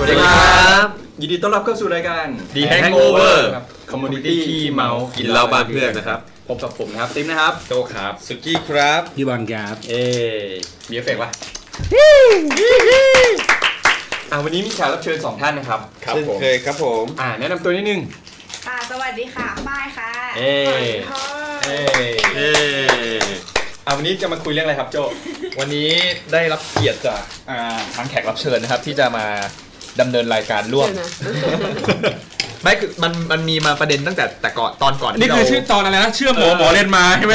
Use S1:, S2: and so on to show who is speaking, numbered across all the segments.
S1: วัสดีครับ
S2: ยินดีต้อนรับเข้าสู่รายการ
S1: ดีแฮงโอเวอร์
S2: Community ขี้เมา
S1: กิ
S2: กิ
S1: นเหล้าบ้านเพื่อนนะครับ
S2: ผมกับผมนะครับติ๊มนะครับ
S1: โตครับสุกี้ครับ
S3: พี่บอลครับ
S2: เอ๊มีเอฟเฟกต์ปะอ่ะวันนี้มีแขกรับเชิญสองท่านนะครับ
S1: ครับ
S2: ซึ่ง
S1: ผม
S2: เคยครับผมอ่าแนะนำตัวนิดนึง
S4: ค่ะสวัสดีค่ะป้ายค่ะ
S2: เอ้
S4: สวัสดีค่ะ
S2: เอ๊
S1: เย้
S2: อ่ะวันนี้จะมาคุยเรื่องอะไรครับโจ
S5: วันนี้ได้รับเกียรติจากอ่าทางแขกรับเชิญนะครับ ที่จะมาดำเนินรายการร่วม ไม่คือมันมันมีมาประเด็นตั้งแต่แต่ก่อนตอนก่อน
S3: นี่
S5: ที่เรา
S3: คือชื่อตอนอะไรนะเชื่อหมอหมอเรียนมาใช่ไหม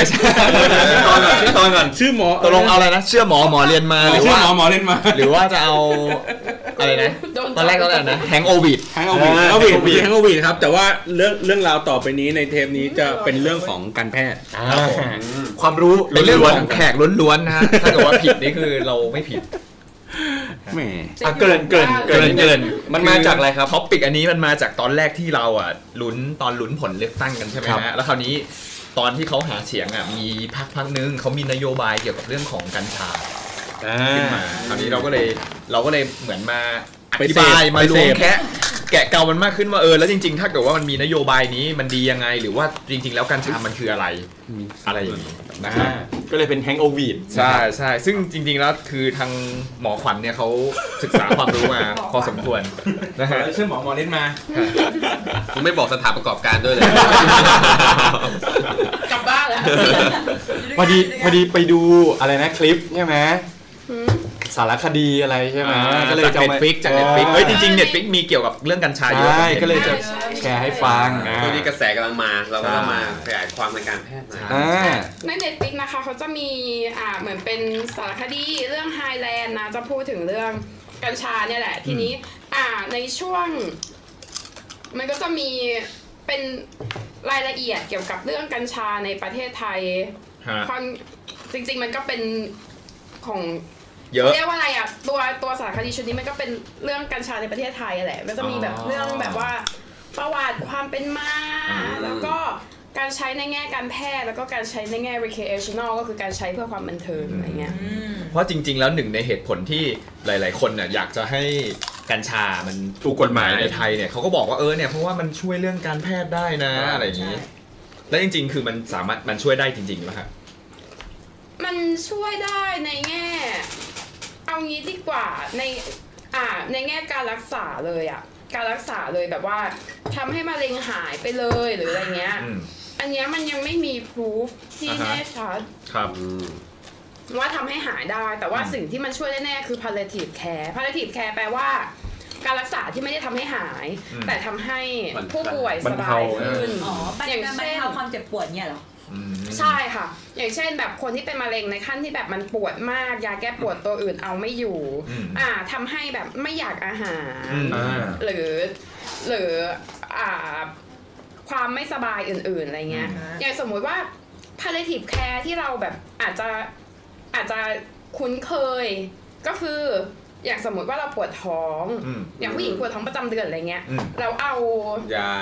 S2: ตอนก่อนชื่อตอนก่อน
S3: ชื่อหมอ
S5: ตกลงเอาอะไรนะ เชื่อหมอหมอเรียนมาหรือ
S3: ชื่อ
S5: ว่า
S3: หมอหมอเรียนมา
S5: หรือว่าจะเอาอะไรนะ ตอนแรกตอนแรกนะแฮงโอวิด
S3: ทั้งเอาวีเอาวีทั้งเอาวีครับ แต่ว่าเรื่องเรื่องราวต่อไปนี้ในเทปนี้จะเป็นเรื่องของการแพทย์
S5: ความรู้เป็นเรื่อง
S3: ล้วนๆ
S5: ของแขกล้วนๆนะฮะถ้าเกิดว่าผิดนี่คือเราไม่ผิด
S3: แหม
S2: อ่ะเกรินเกรินเกรินเกรินมันมาจากอะไรครับ
S5: ท็อปิกอันนี้มันมาจากตอนแรกที่เราอ่ะลุ้นตอนลุ้นผลเลือกตั้งกันใช่ไหม
S2: ครับ
S5: ฮะแล้วคราวนี้ตอนที่เขาหาเสียงอ่ะมีพักพักนึงเขามีนโยบายเกี่ยวกับเรื่องของกัญชา
S2: อ่า
S5: ขึ้นมาคราวนี้เราก็เลยเราก็เลยเหมือนมาอ
S3: ไป
S5: ธิ
S3: เสพ
S5: บายมา
S3: ไปเส
S5: ล้วง
S3: พ
S5: แคะแกะเกามันมากขึ้นว่าเออแล้วจริงๆ ถ้าเกิดว่ามันมีนโยบายนี้มันดียังไง หรือว่าจริง ๆ แล้วกัญชามันคืออะไรอะไรอย่างนี้นะฮะ
S2: ก็เลยเป็นแฮงโอวีด
S5: ใช่ใช่ซึ่งจริง ๆ แล้วคือทางหมอขวัญเนี่ยเขาศึกษาความรู้มาพอสมควรนะฮะ
S3: ชื่อหมอหมอเรียนมา
S1: คุณไม่บอกสถานประกอบการด้วยเลย
S4: กลับบ้านแล้ว
S2: พอดีพอดีไปดูอะไรนะคลิปใช่ไหมสารคดีอะไรใช่ไหมก็เลยจะ
S5: จากเน็
S2: มา
S5: ตฟิกจากเน็ตฟิกเฮ้ยจริงๆเน็ตฟิกมีเกี่ยวกับเรื่องกัญชาเยอะ
S2: ใช่
S5: ห็น
S2: ก็เลยจะ
S5: ห็น
S2: แชร์ให้ฟัง
S1: ตอนนี้กระแสกำลังมา เราก็ต้องมาขยายความในการแพทย์หน่อย
S2: อ่า
S4: ในเน็ตฟิกนะคะเขาจะมีอ่าเหมือนเป็นสารคดีเรื่องไฮแลนด์นะจะพูดถึงเรื่องกัญชาเนี่ยแหละ ทีนี้อ่าในช่วง มันก็จะมีเป็นรายละเอียดเกี่ยวกับเรื่องกัญชาในประเทศไทย
S5: ฮะ
S4: ค่อนจริง ๆ มันก็เป็นของ
S5: เยอะ
S4: เรียกว่าอะไรอ่ะตัวตัวสารคดีชุดนี้มันก็เป็นเรื่องกัญชาในประเทศไทยแหละมันจะมีแบบ
S5: อ๋อ
S4: เรื่องแบบว่าประวัติความเป็นมา แล้วก็การใช้ในแง่การแพทย์แล้วก็การใช้ในแง่ recreational ก็คือการใช้เพื่อความบันเทิงอะไรเงี้ย
S5: เพราะจริง ๆ แล้วหนึ่งในเหตุผลที่หลาย ๆ คนน่ะอยากจะให้กัญชา มัน
S2: ถูกกฎหมาย
S5: ในไทยเนี่ยเขาก็บอกว่าเออเนี่ยเพราะว่ามันช่วยเรื่องการแพทย์ได้นะ
S2: ใช่
S5: อะไรอย่างนี้ แล้วจริง ๆ คือมันสามารถมันช่วยได้จริงๆแล้วฮะ
S4: มันช่วยได้ในแง่ เอางี้ดีกว่าในอ่าในแง่การรักษาเลยอ่ะการรักษาเลยแบบว่าทำให้มะเร็งหายไปเลยหรืออะไรเงี้ย
S5: อืม
S4: อันเนี้ยมันยังไม่มีพิสูจที่
S5: อ่าฮะ
S4: แน่ชัด
S5: ครับ
S4: ว่าทำให้หายได้ แต่ว่า
S5: อืม
S4: สิ่งที่มันช่วยแน่ๆคือ palliative care palliative care แปลว่า การรักษาที่ไม่ได้ทำให้หาย แต่ทำให้ผู้ป่วย
S2: บ
S4: ส
S2: รร
S4: บา
S2: เทา
S4: ยขึ้น
S6: อ๋อปัญ
S4: อย่าง
S6: หา
S4: เช่
S6: บรร
S4: น
S6: เทาความเจ็บปวดเนี่ยเหรอ
S5: อืม
S4: ใช่ค่ะ อย่างเช่นแบบคนที่เป็นมะเร็งในขั้นที่แบบมันปวดมาก ยาแก้ปวดตัวอื่นเอาไม่อยู่
S5: อืม
S4: อ่าทำให้แบบไม่อยากอาหาร
S5: อืม
S2: อ่า
S4: หรือหรืออ่าความไม่สบายอื่นๆอะไรเงี้ย
S5: อืม
S4: อย่างสมมุติว่า palliative care ที่เราแบบอาจจะอาจจะคุ้นเคย ก็คืออย่างสมมุติว่าเราปวดท้อง
S5: อืม
S4: อย่างผู้หญิงปวดท้องประจำเดือนอะไรเงี้ย
S5: อืม
S4: เราเอา
S1: ยา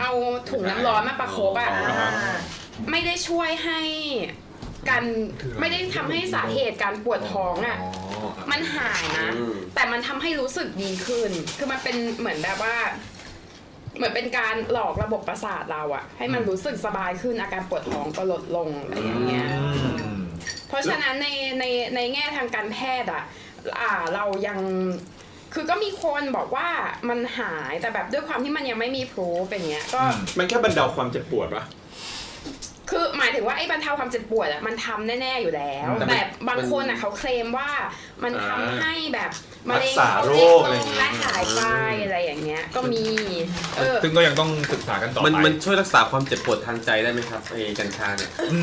S4: เอาถุงน้ำร้อนมาประคบอะ
S1: อ่า
S4: ไม่ได้ช่วยให้การไม่ได้ทำให้สาเหตุการปวดท้องอะมันหายนะ
S1: อืม
S4: แต่มันทำให้รู้สึกดีขึ้น คือมันเป็นเหมือนแบบว่า เหมือนเป็นการหลอกระบบประสาทเราอะให้มันรู้สึกสบายขึ้นอาการปวดท้องก็ลดลงอะไรอย่างเงี้ย
S5: อืม
S4: เพราะฉะนั้นในในในแง่ทางการแพทย์อะอ่าเรายัง คือก็มีคนบอกว่ามันหายแต่แบบด้วยความที่มันยังไม่มีพรูฟอย่างเงี้ย ก็
S5: อืม
S2: มันแค่บรรเทาความเจ็บปวดปะ
S4: คือหมายถึงว่าไอ้บรรเทาความเจ็บปวดอะมันทำแน่ๆอยู่แล้ว
S2: แต่มัน
S4: แต่บางคนอะเขาเคลมว่ามันทำ
S2: อ่า
S4: ให้แบบมะเร็ง
S2: รักษา
S4: เขา
S2: โรค
S4: เล็ก
S2: อะไร
S4: ล
S2: อย่าง
S4: ง
S2: เงี้ย
S4: และหายไปอะไรอย่างเงี้ย ก็มี เออ
S5: ซึ่งก็ยังต้องศึกษากันต่อไป
S1: มันมันช่วยรักษาความเจ็บปวดทางใจได้ไหมครับไอ้กัญชาเนี่ย
S5: อื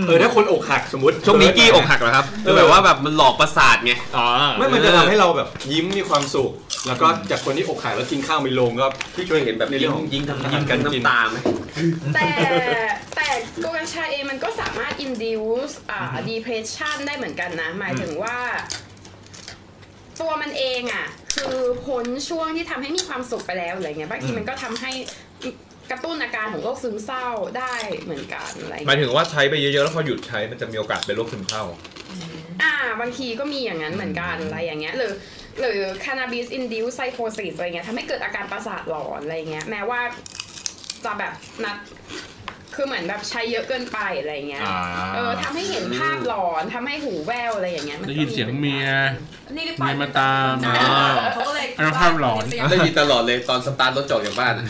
S5: ม
S2: เออถ้าคนอกหักสมมติ
S5: ช่วงนี้กี้อกหักเหรอครับ
S1: คือแบบว่าแบบมันหลอกประสาทไง
S5: อ๋อ
S2: ไม่มันจะทำให้เราแบบยิ้มมีความสุข แล้วก็จากคนที่อกหักแล้วกินข้าวไม่ลงก็
S1: พี่ช่วยเห็นแบบ
S2: ในเรื่
S1: ยิ
S2: อง งของ
S1: ยิงทำ
S2: ยิ
S1: ยิ
S2: ง
S1: ง
S2: กั
S1: กัน น
S2: กิน
S1: น้ำตาไหม
S4: แต่แต่ตัวกัญชาเองมันก็สามารถ induce อ่า depression ได้เหมือนกันนะ หมายถึงว่า ตัวมันเองอ่ะ คือพ้นช่วงที่ทำให้มีความสุขไปแล้วอะไรเงี้ยบางที
S5: อืม
S4: มันก็ทำให้กระตุ้นอาการของโรคซึมเศร้าได้เหมือนกันอะไร
S5: หมา
S4: เงี้ย
S5: ยถึงว่าใช้ไปเยอะๆแล้วพอหยุดใช้มันจะมีโอกาสเป็นโรคซึมเศร้า
S4: อ่า บางทีก็มีอย่างนั้นเหมือนกันอะไรอย่างเงี้ยหรือ หรือ cannabis induced psychosis อะไรเงี้ยทำให้เกิดอาการประสาทหลอนอะไรเงี้ยแม้ว่าจะแบบนัดคือเหมือนแบบใช้เยอะเกินไปอะไรเงี้ย
S2: อ่า
S4: เออทำให้เห็นภาพหลอนทำให้หูแววอะไรอย่างเงี้ยมัก็
S2: ได้ยินเสียงเมีย
S6: นี่หรือเปล่า
S2: เมียมาตาม
S6: ใช่
S2: อ๋อ
S6: เขาก็เลย
S2: อันนั้นภาพหลอน
S6: เตรียม
S3: ได้ยินตลอดเลยตอนสตาร์ทรถจอดจากบ้านอะ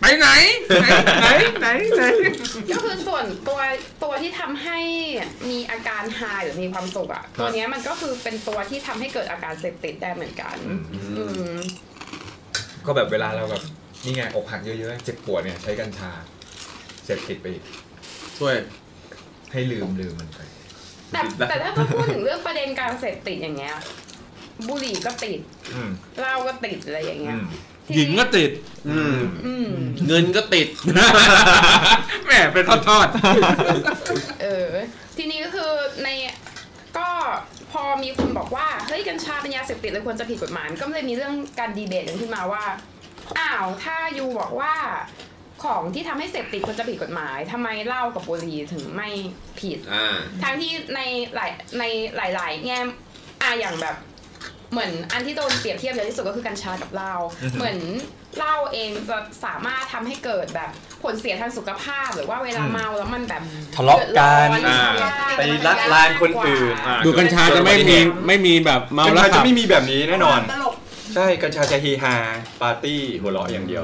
S2: ไปไหน ไหน ไหน ไหนไหน
S4: ก็คือส่วนตัวตัวที่ทำให้มีอาการหายหรือมีความสุขอะตัวเนี้ยมันก็คือเป็นตัวที่ทำให้เกิดอาการเสพติดได้เหมือนกัน อืม
S7: ก็แบบเวลาเราแบบนี่ไงอกหักเยอะๆเจ็บปวดเนี่ยใช้กัญชาเสพติดไปอีก
S2: ช่วย
S7: ให้ลืมลืมมันไป
S4: แต่แต่ถ้าจะพูดถึงเรื่องประเด็นการเสพติดอย่างเงี้ยบุหรี่ก็ติด
S7: อืม
S4: เหล้าก็ติดอะไรอย่างเงี้
S7: อื
S4: ย
S7: ม
S4: ทีนี้
S2: หญิงก็ติด
S3: อืม
S4: อืม
S3: เงินก็ติด
S2: แหมเป็นทอด
S4: เออ ทีนี้ก็คือในก็พอมีคนบอกว่า เฮ้ยกัญชาเป็นยาเสพติดเลยควรจะผิดกฎหมายมันก็เลยมีเรื่องการดีเบตกันขึ้นมาว่า อ้าว ถ้ายูบอกว่าของที่ทำให้เสพติดควรจะผิดกฎหมายทำไมเหล้ากับบุหรี่ถึงไม่ผิด
S3: อ่า
S4: ทั้งที่ในหลายในหลาย ๆ แง่มอ่ะอย่างแบบ เหมือนอันที่โดนเปรียบเทียบเยอะที่สุดก็คือกัญชากับเหล้าเหมือนเหล้าเองจะสามารถทำให้เกิดแบบผลเสียทางสุขภาพ หรือว่าเวลาเมาแล้วมันแบบ
S5: ทะเลาะกัน
S4: ดือดร้
S3: อ่า
S4: ใช่
S5: ไปลักลานคนอื่นอ่ะ
S2: ๆดูกัญชาจะไม่มีไม่มีแบบเมา
S5: กัญ
S2: แล้ว
S5: ชา
S2: ขั
S5: จะ
S2: บ
S5: ไม่มีแบบนี้แน่นอน
S6: ตลก
S5: ใช่กัญชาจะเฮฮาปาร์ตี้หัวเราะอย่างเดียว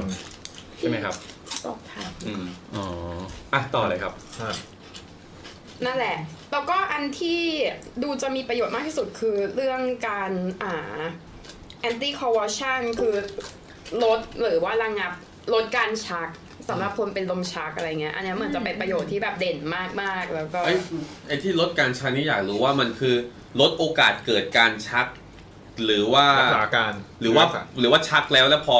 S5: ใช่ไหมครับ
S4: ตกค่ะ
S5: อืม
S2: อ๋อ
S5: อ่ะต่อเลยครับ
S4: นั่นแหละ แล้วก็อันที่ดูจะมีประโยชน์มากที่สุดคือเรื่องการอ่า anti convulsion คือลดหรือว่าระงับลดการชักสำหรับคนเป็นลมชักอะไรเงี้ย อันเนี้ยเหมือนจะเป็นประโยชน์ที่แบบเด่นมากๆ แล้วก็
S3: ไอ้ไอ้ที่ลดการชักนี่อยากรู้ว่ามันคือลดโอกาสเกิดการชัก หรือว่า
S7: รักษาอาการ
S3: หรือว่า
S7: ษ
S3: หรือว่าชักแล้วแล้วพอ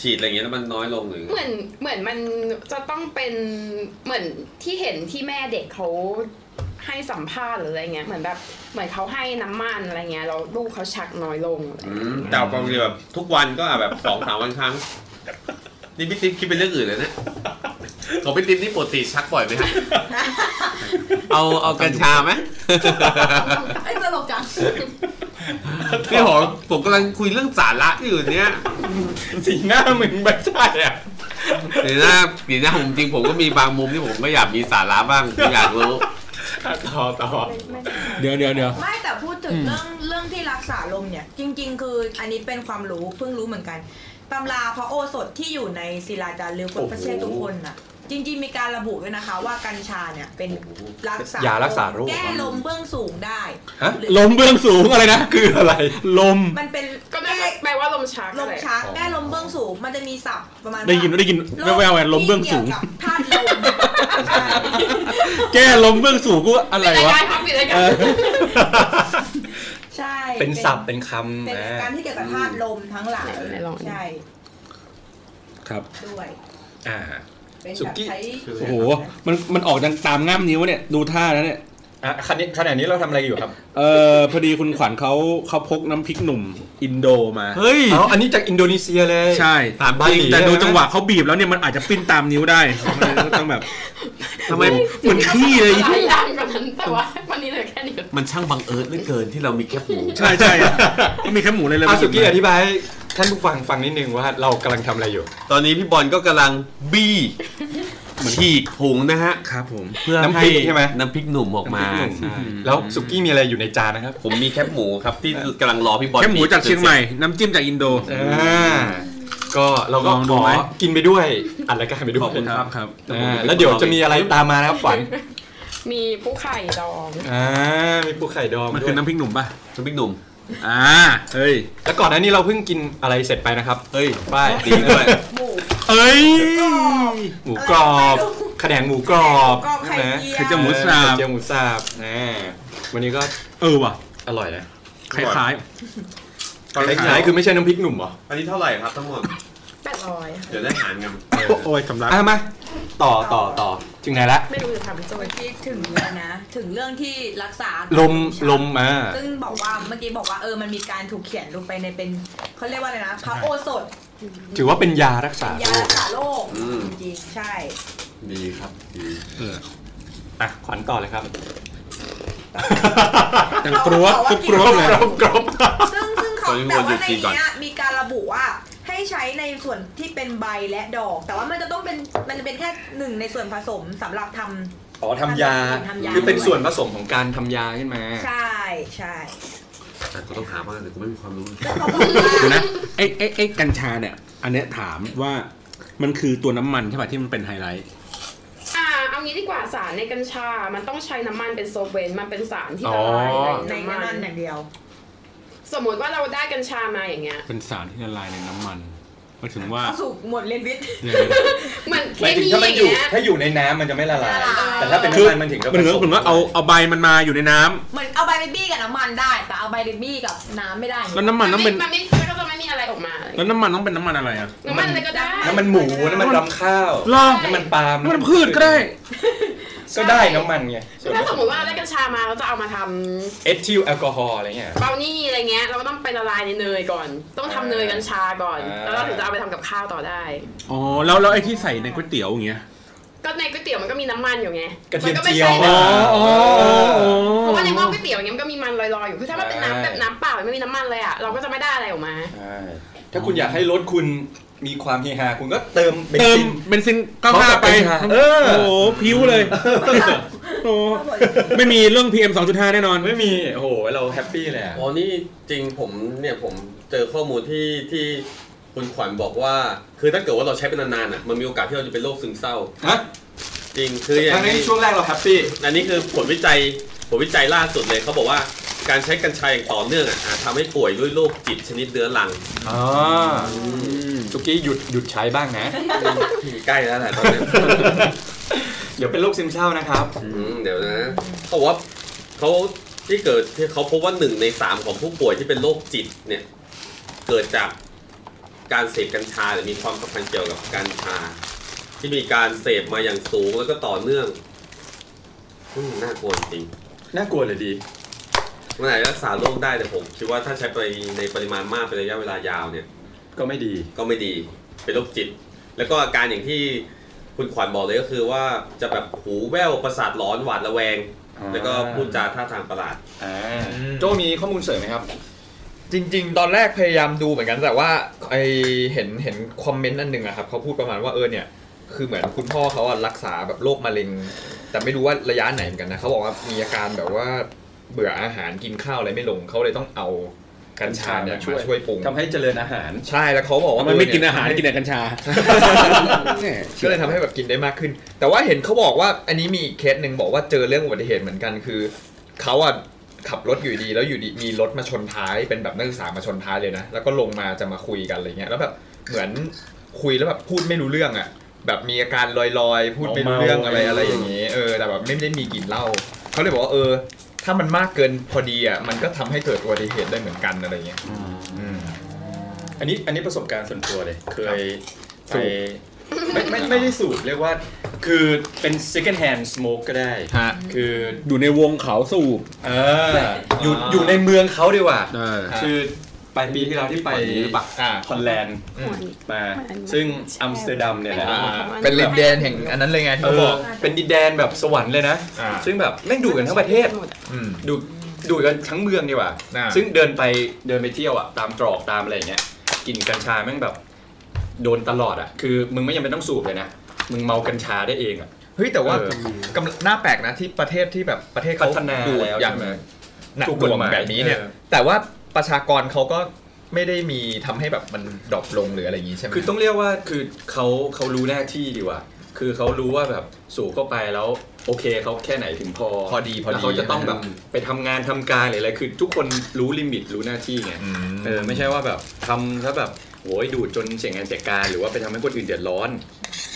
S3: ฉีดอะไรอย่างเงี้ยแล้วมันน้อยลงหรือ
S4: เหมือนเหมือนมันจะต้องเป็นเหมือนที่เห็นที่แม่เด็กเขาให้สัมภาษณ์หรืออะไรเงี้ยเหมือนแบบเหมือนเขาให้น้ำมันอะไรเงี้ยแล้วลูกเขาชักน้อยลงอะไร
S3: อื
S4: เงี้ย
S3: มแต่เอาความจริงแบบทุกวันก็อ่ะแบบสองสามวันครั้ง นี่พี่ติ๊บคิดเป็นเรื่องอื่นเลยนะของพี่ติ๊บนี่ปกติชักบ่อยไหม ฮะ
S2: เอาเอากัญชาไหม
S6: ไอ้ยตลก จัง
S3: พี่หอมผมกำลังคุยเรื่องสาระที่อยู่เนี้ย
S5: สีหน้ามึงไม่ใช่อ่ะ
S3: เดี๋ยวนะเดี๋ยวนะผมจริงผมก็มีบางมุมที่ผมก็อยากมีสาระบ้างผมอยากรู้
S5: ต่อต่อ
S4: ไม่ไม่
S2: เดี๋ยวเดี๋ยวเดี๋ยว
S6: ไม่แต่พูดถึง
S2: อืม
S6: เรื่องเรื่องที่รักษาลมเนี่ย จริง ๆ คืออันนี้เป็นความรู้เพิ่งรู้เหมือนกันตำราพระโอสถที่อยู่ในศิลาจารึกพุทธเชษตุคนน่ะ จริง ๆ มีการระบุด้วยนะคะ ว่ากัญชาเนี่ยเป็นรักษาย
S5: ารักษาโรค
S6: แก้ลมเบื้องสูงได้
S5: ฮะ
S6: หรือ
S2: ลมเบื้องสูงอะไรนะ
S5: คืออะไร
S2: ลม
S6: มันเป็น
S4: ก็น่า
S6: แก้
S4: จะแปลว่าลมชัก
S6: ลม
S4: แหะ
S6: ชักแก้ลมเบื้องสูง มันจะมีศัพท์ประมาณ
S2: ได้ยินได้ยิน
S6: โรค
S2: แว่วๆไงลมเบื้องสูง
S6: ที่กี่ยวกับธาตุลมใช่
S2: แก้ลมเบื้องสูงกูว่าอะไรวะ
S4: ปิดรายการครับปิดรายการ
S6: ใช่
S5: เป็นศัพท์เป็นคำ
S6: เป็น
S5: นะ
S6: อาการที่เกี่ยวกับธาตุลมทั้งหลาย
S4: ไหนลองดู
S6: ใช่
S2: ครับ
S6: ด้วย
S5: อ่า
S6: เป็น
S5: สุ
S6: แบบ
S5: กี้
S6: ใช้
S2: โอ้โห มันมันออกดังตามง่ามนิ้วเนี่ย ดูท่าแล้วเนี่ย
S5: อ่ะขณะขณะนี้เราทำอะไรอยู่ครับ
S2: เออพอดีคุณขวัญเขาเขาพกน้ำพริกหนุ่มอินโดมา
S5: เฮ้ยอ๋ออันนี้จากอินโดนีเซียเลย
S2: ใช่
S5: ตาม
S2: จริง
S5: บ้านหมี
S2: แต่
S5: ใช่
S2: ดู
S5: ไหม
S2: จังหวะเขาบีบแล้วเนี่ยมันอาจจะปิ้นตามนิ้วได้ มันเลยต้องแบบ
S3: ทำไม
S2: เหมือนขี้เลย
S4: หลายอย่างกว่านั้นแต่ว่าวันนี้เหลือแค่นี้
S3: มันช่างบังเอิญเหลือเกินที่เรามีแคบหมู
S2: ใช่ใช่ไม่มีแค่หมูเลยเลย
S5: อาสุกี้
S2: มัน
S5: อธิบายให้ท่านผู้ฟังฟังนิดนึงว่าเรากำลังทำอะไรอยู่
S3: ตอนนี้พี่บอลก็กำลังบี้ฉีกผงนะฮะ
S2: ครับผม
S3: เพื่อ
S5: น้ำพริกใช่ไหม
S3: น้ำพริกหนุ่มออกมา
S5: แล้วสุกี้มีอะไรอยู่ในจานนะครับ
S3: ผมมีแคบหมูครับที่กำลังรอพี่บอล
S2: แค่หมูจากเชียงใหม่ น้ำจิ้มจากอินโด
S5: อ่า ก็เราก็
S2: ลอง
S5: ข
S2: ดู
S5: อ
S2: ไหม
S5: กินไปด้วย อัดรายการไปด้วย
S3: ขอบคุณครับครับ
S5: อ่าแล้วเดี๋ยวจะมีอะไรตามมานะครับฝัน
S4: มีผู้ไข่ดอง
S5: อ่า มีปูไข่ดอง
S2: มัน
S5: ด้
S2: คื
S5: ว
S2: อย น้ำพริกหนุ่มป่ะ
S3: น้ำพริกหนุ่ม
S2: อ่า เฮ้ย
S5: แล้วก่อนหน้านี้เราเพิ่งกินอะไรเสร็จไปนะครับ
S3: เฮ้ย
S5: ป้าย
S3: ดีด้วย
S6: หมู
S2: เอ้ย
S5: หมูกรอบแขนงหมูกรอบ
S6: กรอบไข่
S5: ใช่หม
S6: เจี
S2: คือ
S6: ยว
S2: จะ หมูสับ
S5: ไข่เจียวหมูสับแน่วันนี้ก็
S2: เออว่ะ
S5: อร่อยนะ
S2: คล้ายๆ
S3: คล้ายๆ
S5: ไหนคือไม่ใช่น้ำพริกหนุ่มเหรอ
S3: อันนี้เท่าไหร่ครับทั้งหมด
S4: แปดร้อย
S3: เดี๋ยวได้หารกัน
S2: โอ้ยสำลัก
S5: อ่ะมา ต่อต่อต่อถึงไหนละ
S4: ไม่รู้จะทำโจท
S6: เมื่
S4: ย์
S6: อกี้ถึงแล้วนะ ถึงเรื่องที่รักษา
S5: ลมลมมา
S6: ซึ่งบอกว่าเมื่อกี้บอกว่าเออมันมีการถูกเขียนลงไปในเป็นเขาเรียกว่าอะไรนะพระโอสถ
S5: ถือว่าเป็นยารักษาโร
S6: ยา
S5: ค
S6: รักษาโรค
S3: อืม
S6: จริงๆใช่
S3: ดีครับ ดี
S5: อ่ะขวัญต่อเลยครับ
S6: ต
S2: ดังกรวบกรุบกรวบเลย
S8: กรอบ
S6: ซึ่งซึ่งเขา
S1: ตอนนี้
S6: แต่
S1: ควรหยุด
S6: ว่าใน
S1: กินก่อน
S6: เนี้ยมีการระบุว่าให้ใช้ในส่วนที่เป็นใบและดอก แต่ว่ามันจะต้องเป็นมันจะเป็นแค่หนึ่งในส่วนผสมสำหรับทำ
S8: อ๋อทำยา
S6: ทำยา
S8: คือเป็นส่วนผสมของการทำยาขึ้นมา
S6: ใช่ใช่
S1: แต่กูต้องหาบ้างแต่กูไม่มีความรู้เลย
S6: แล้วเขาบอกว่า
S2: ดูนะไอ้ไอ้ไอ้กัญชาเนี่ย อันเนี้ยถามว่ามันคือตัวน้ำมันใช่ป่ะที่มันเป็นไฮไลท์
S4: อ่าเอางี้ดีกว่าสารในกัญชา มันต้องใช้น้ำมันเป็นโซเวนต์มันเป็นสารที่
S8: อ๋
S4: ละ
S8: อ
S4: ลาย
S6: ใน
S4: ในน้ำมั
S6: นั้น นอย่างเดียว
S4: สมมติว่าเราได้กัญชามาอย่างเงี้ย
S2: เป็นสารที่ละลายในน้ำมันหมายถึงว่า
S6: เข้าสู่หมวดเรียนวิทย์
S4: เหมือนเค
S8: หมายถึง
S4: มีอ
S8: ถ้ามัน
S4: ย่าง
S8: อยู่
S4: เงี้ย
S8: ถ้าอยู่ในน้ำมันจะไม่ละลาย
S6: ละลาย
S8: แต่ถ้าเป็น
S2: คือ
S8: น้ำมันมันถึงจะ
S2: เหมือนกับผมว่าเอาเอาใบมันมาอยู่ในน้ำ
S6: เหมือนเอาใบเบบี้กับน้ำมันได้ แต่เอาใบเบบี้กับน้ำไม่ได้
S2: แล้วน้ำมันต้องเป็น
S4: มันไม่มันก็จะไม่มีอะไรออกมา
S2: แล้วน้ำมันต้องเป็นน้ำมันอะไรอ่ะ
S4: น้ำมันอะไรก็ได้
S8: น้ำมันหมู น้ำมันรำข้าว
S2: เหรอ
S8: น้ำมันปาล์ม
S2: น้ำมันพืชก็ได้
S8: ก็ได้น้ำมันไง
S4: ถ้าสมมติว่าได้กัญชามาเราจะเอามาท
S8: เอทิลแอลกอฮอล์อะไรเงี้ย
S4: ำเบลนี่อะไรเงี้ย เราก็ต้องไปละลายในเนยก่อน ต้องทำเนยกัญชาก่อน
S8: อ่า
S4: แล้วเราถึงจะเอาไปทำกับข้าวต่อได้
S2: อ๋อแล้วแล้วไอ้ที่ใส่ในก๋วยเตี๋ยวอย่างเงี้ย
S4: ก็ในก๋วยเตี๋ยวมันก็มีน้ำมันอยู่ไง
S8: กระเทียม
S4: มัก็
S8: เจี
S4: ไม่
S8: ยว
S4: ใช่
S8: อ๋
S4: แบ
S8: อ
S4: บ
S2: อ๋ออ๋อ
S4: เพราะว่าในหม้อก๋วยเตี๋ยวเนี้ยมันก็มีมันลอยๆอยู่ คือถ้ามันเป็นน้ำแบบน้ำเปล่าไม่มีน้ำมันเลยอ่ะ เราก็จะไม่ได้อะไรออกมา
S8: ใช่ถ้าคุณอยากให้รถคุณมีความเฮฮาคุณก็เติมเบน
S2: เติม
S8: ซิน
S2: เบนซินก้าห้าไป
S8: เออ
S2: โอ้โหพิ้วเลยโอ้โหไม่มีเรื่อง PM 2.5 แน่นอน
S8: ไม่มี โอ้โห เราแฮปปี้เลยอะ
S3: อ๋อนี่จริงผมเนี่ยผมเจอข้อมูลที่ที่คุณขวัญบอกว่า คือถ้าเกิดว่าเราใช้เป็นนานๆอ่ะมันมีโอกาสที่เราจะเป็นโรคซึมเศร้า
S8: ฮะ
S3: จริงคืออย่า
S8: ทั้ง
S3: ง
S8: นี้
S3: นี้
S8: ช่วงแรกเราแฮปปี้
S3: อันนี้คือผลวิจัยผลวิจัยล่าสุดเลยเขาบอกว่าการใช้กัญชาอย่างต่อเนื่องอ่ะอาจทำให้ป่วยด้วยโรคจิตชนิดเรื้อรัง
S8: อ๋อสุกี้หยุดหยุดใช้บ้างนะ
S3: ใกล้แล้วแหละตอนนี้
S8: เดี๋ยวเป็นโรคซึมเศร้านะครับ
S3: อืมเดี๋ยวนะเขาบอกว่าเขาที่เกิดที่เขาพบว่าหนึ่งในสามของผู้ป่วยที่เป็นโรคจิตเนี่ย เกิดจากการเสพกัญชาหรือมีความสัมพันธ์เกี่ยวกับกัญชา ที่มีการเสพมาอย่างสูงแล้วก็ต่อเนื่องอืมน่ากลัวจริง
S8: น่ากลัวเลยดี
S3: เมื่อไหร่รักษาโรคได้แต่ผมคิดว่าถ้าใช้ไปในปริมาณมากเป็นระยะเวลายาวเนี่ย
S8: ก็ไม่ดี
S3: ก็ไม่ดีเป็นโรคจิต แล้วก็อาการอย่างที่คุณขวัญบอกเลยก็คือว่าจะแบบหูแว่วประสาทหลอนหวาดระแวง
S8: อ่า
S3: แล้วก็พูดจาท่าทางประหลาด
S8: อ่า โจมีข้อมูลเสริมไหมครับ
S5: จริง ๆ ตอนแรกพยายามดูเหมือนกันแต่ว่าไอเห็นเห็นคอมเมนต์อันหนึ่งอะครับเขาพูดประมาณว่าเออเนี่ย คือเหมือนคุณพ่อเขาอะรักษาแบบโรคมะเร็ง แต่ไม่รู้ว่าระยะไหนเหมือนกันนะเขาบอกว่ามีอาการแบบว่าเบื่ออาหารกินข้าวอะไรไม่ลงเขาเลยต้องเอากัญชาเนี่ย
S8: กัญชามาช่วย
S5: มาช่วยปรุง
S8: ทำให้เจริญอาหาร
S5: ใช่แล้วเขาบอกว่า
S2: มัน
S5: เ
S2: ไม่กินอาหารกินแต่กัญชา
S5: ก็เลยทำให้แบบกินได้มากขึ้น แต่ว่าเห็นเขาบอกว่าอันนี้มีอีกเคสหนึ่งบอกว่าเจอเรื่องอุบัติเหตุเหมือนกันคือเขาอ่ะขับรถอยู่ดีแล้วอยู่ดีมีรถมาชนท้ายเป็นแบบนักศึกษามาชนท้ายเลยนะ แล้วก็ลงมาจะมาคุยกันอะไรเงี้ยแล้วแบบเหมือนคุยแล้วแบบพูดไม่รู้เรื่องอ่ะแบบมีอาการลอยๆ พูดไม่รู้เรื่องอะไรอะไรอย่างนี้เออแต่แบบไม่ได้มีกลิ่นเหล้าเขาเลยบอกว่าเออ ถ้ามันมากเกินพอดีอ่ะมันก็ทำให้เกิดอุบัติเหตุได้เหมือนกันอะไรเงี้ยอืม
S8: อันนี้อันนี้ประสบการณ์ส่วนตัวเลย เคย
S5: สูบ
S8: ไปไม่ไม่ไม่ได้สูบเรียกว่า คือเป็น second hand smoke ก็ได้
S2: ฮะ
S8: คือ
S2: อยู่ในวงเขาสูบ
S8: เอออยู่อยู่ในเมืองเขาดีกว่า
S2: เออ
S8: คือไปปีที่แล้วที่ไป
S5: หรือเปล่าอ่า
S8: ฮอลแลนด์มา ซึ่งอัมสเตอร์ดัมเนี่ยแหละ
S5: อ่าเป็นริมแดนแห่งอันนั้นเลยไงที่
S8: เอ
S5: เขาบ
S8: อ
S5: อก
S8: เป็นดินแดนแบบสวรรค์เลยนะ
S5: อ่า
S8: ซึ่งแบบแม่งดูดกันทั้งประเทศ
S5: อืม
S8: ดูดูดกันทั้งเมืองดีกว่า
S5: อ่า
S8: ซึ่งเดินไปเดินไปเที่ยวอ่ะตามตรอกตามอะไรอย่างเงี้ยกลินกัญชาแม่งแบบ โดนตลอดอ่ะ คือมึงไม่ยังเป็นต้องสูบเลยนะ มึงเมากัญชาได้เองอ่ะ
S5: เฮ้ยแต่ว่า
S8: เออก
S5: ำลังน่าแปลกนะที่ประเทศที่แบบประเทศเขา
S8: พัฒนา
S5: ดู
S8: แล้ว
S5: อย่าง
S8: ใช่ไหม
S5: หนัก
S8: ถูก
S5: ห
S8: กฎ
S5: น่วง
S8: หมาย
S5: แบบนี้เนี่ย
S8: เออ
S5: แต่ว่าประชากรเขาก็ไม่ได้มีทำให้แบบมันดรอปลงหรืออะไรอย่างนี้ใช่ไหม
S8: คือต้องเรียกว่าคือเขาเขารู้หน้าที่ดีกว่า คือเขารู้ว่าแบบสูบเข้าไปแล้ว โอเคเขาแค่ไหนถึงพอ
S5: พอดีพอดี
S8: แล้วเขาจะต้องแบบไปทำงานทำการหรืออะไรคือทุกคนรู้ลิมิตรู้หน้าที่ไง
S5: ม
S8: เออไม่ใช่ว่าแบบทำแล้วแบบโหยดูดจนเสียงานเสียการ หรือว่าไปทำให้คนอื่นเดือดร้อน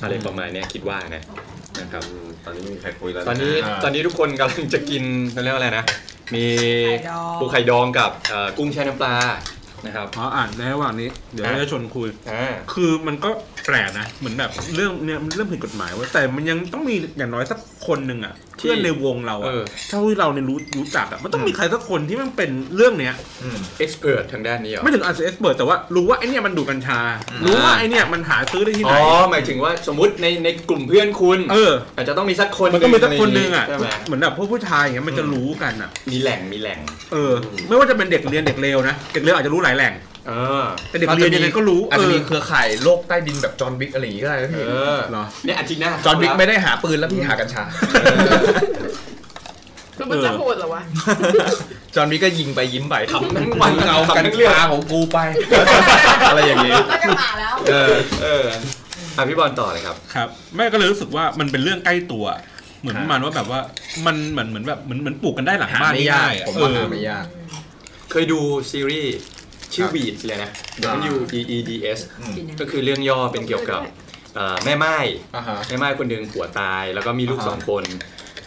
S8: อะไรประมาณเนี้ยคิดว่านะนะครับ
S3: อืมตอนนี้ไม่มีใครคุยแล้วะ
S8: ตอนนี้ตอนนี้ทุกคนกำลังจะกิน เขาเรียกว่าอะไรนะ มี
S6: ไข่ดอง
S8: ปูไข่ดองกับเอ่อกุ้งแช่น้ำปลานะครับ
S2: อ๋ออ่านในระหว่างนี้ เดี๋ยวเราจะชวนคุย
S8: อ่า
S2: คือมันก็แปลกนะ เหมือนแบบเรื่องเนี่ยมันเริ่มผิดกฎหมายเว่าแต่มันยังต้องมีอย่างน้อยสักคนหนึ่งอ่ะ เพื่อนในวงเรา
S8: เอ
S2: อะ
S8: อ
S2: เท่าที่เราเนี่ยรู้รู้จักอะมันต้องมีใครสักคนที่มันเป็นเรื่องเนี้ย
S8: เอ็กซ์เพิร์ทางด้านนี้เหรอ
S2: ไม่ถึงอาจจะเอ็กซ์เปิดแต่ว่ารู้ว่าไอเนี่ยมันดูดกัญชา รู้ว่าไอเนี่ยมันหาซื้อได้ที่ไห
S8: อ๋
S2: น
S8: อ หมายถึงว่าสมมติในในกลุ่มเพื่อนคุณ
S2: เออ
S8: อาจจะต้องมีสักคน
S2: มันก็มีสักคนหนึ่งอ่ะ
S8: ใช่ไหม
S2: เหมือนแบบพวกผู้ชายอย่างเงี้ยมันจะรู้กันอ่ะ
S8: มีแหล่งมีแหล่ง
S2: เออ ไม่ว่าจะเป็นเด็กเรียนเด็กเลวนะ เด็กเลวอาจจะรู้หลายแหล่ง
S8: เออ
S2: แต่เด็กเรียนยังไงก็รู้
S5: อาจ
S2: เอ
S5: จะ
S2: อ
S5: มีเครือข่ายโลกใต้ดินแบบจอห์นวิกอะไรอย่างงี้ก็ได้นะ
S8: เอ
S5: พี่
S8: อ
S2: เหรอ
S8: เนี่ยอาทิตย์หน้า
S5: จอห์นวิกไม่ได้หาปืนแล้วพี่หากัญชา
S4: แล้วมันจะโหดเหรอวะ
S5: จอห์นวิกก็ยิงไปยิ้มไปทำ
S8: ทั้งวัน
S5: เอา
S8: เอา
S5: กั
S8: กัน
S5: ญ
S8: ทั้งเรื่อง
S5: ชาของกู ไป อะไรอย่างงี้
S6: ก็จะมาแล้ว
S5: เออ
S8: เอออ่ะพี่บอลต่อเลยครับ
S2: ครับแม่ก็เลยรู้สึกว่ามันเป็นเรื่องใกล้ตัว เหมือน
S8: ครั
S2: ป
S8: บ
S2: ระมาณว่าแบบว่ามันเหมือนเหมือนแบบเหมือนเหมือนปลูกกันได้หลัง
S5: หา
S2: บ้าน
S5: ไม่ยาก
S2: อะ
S5: ผม
S2: เอ
S5: ว่า
S2: อ
S5: หาไม่ยาก
S8: เคยดูซีรีส์ชื่อวีดเลยนะ W E E D S
S5: อืม
S8: ก็คือเรื่องย่อเป็นเกี่ยวกับเอ่อแม่ไม้
S5: อ่าฮะ
S8: แม่ไม้คนหนึ่งผัวตายแล้วก็มีลูก
S5: อ่าฮะ
S8: สองคน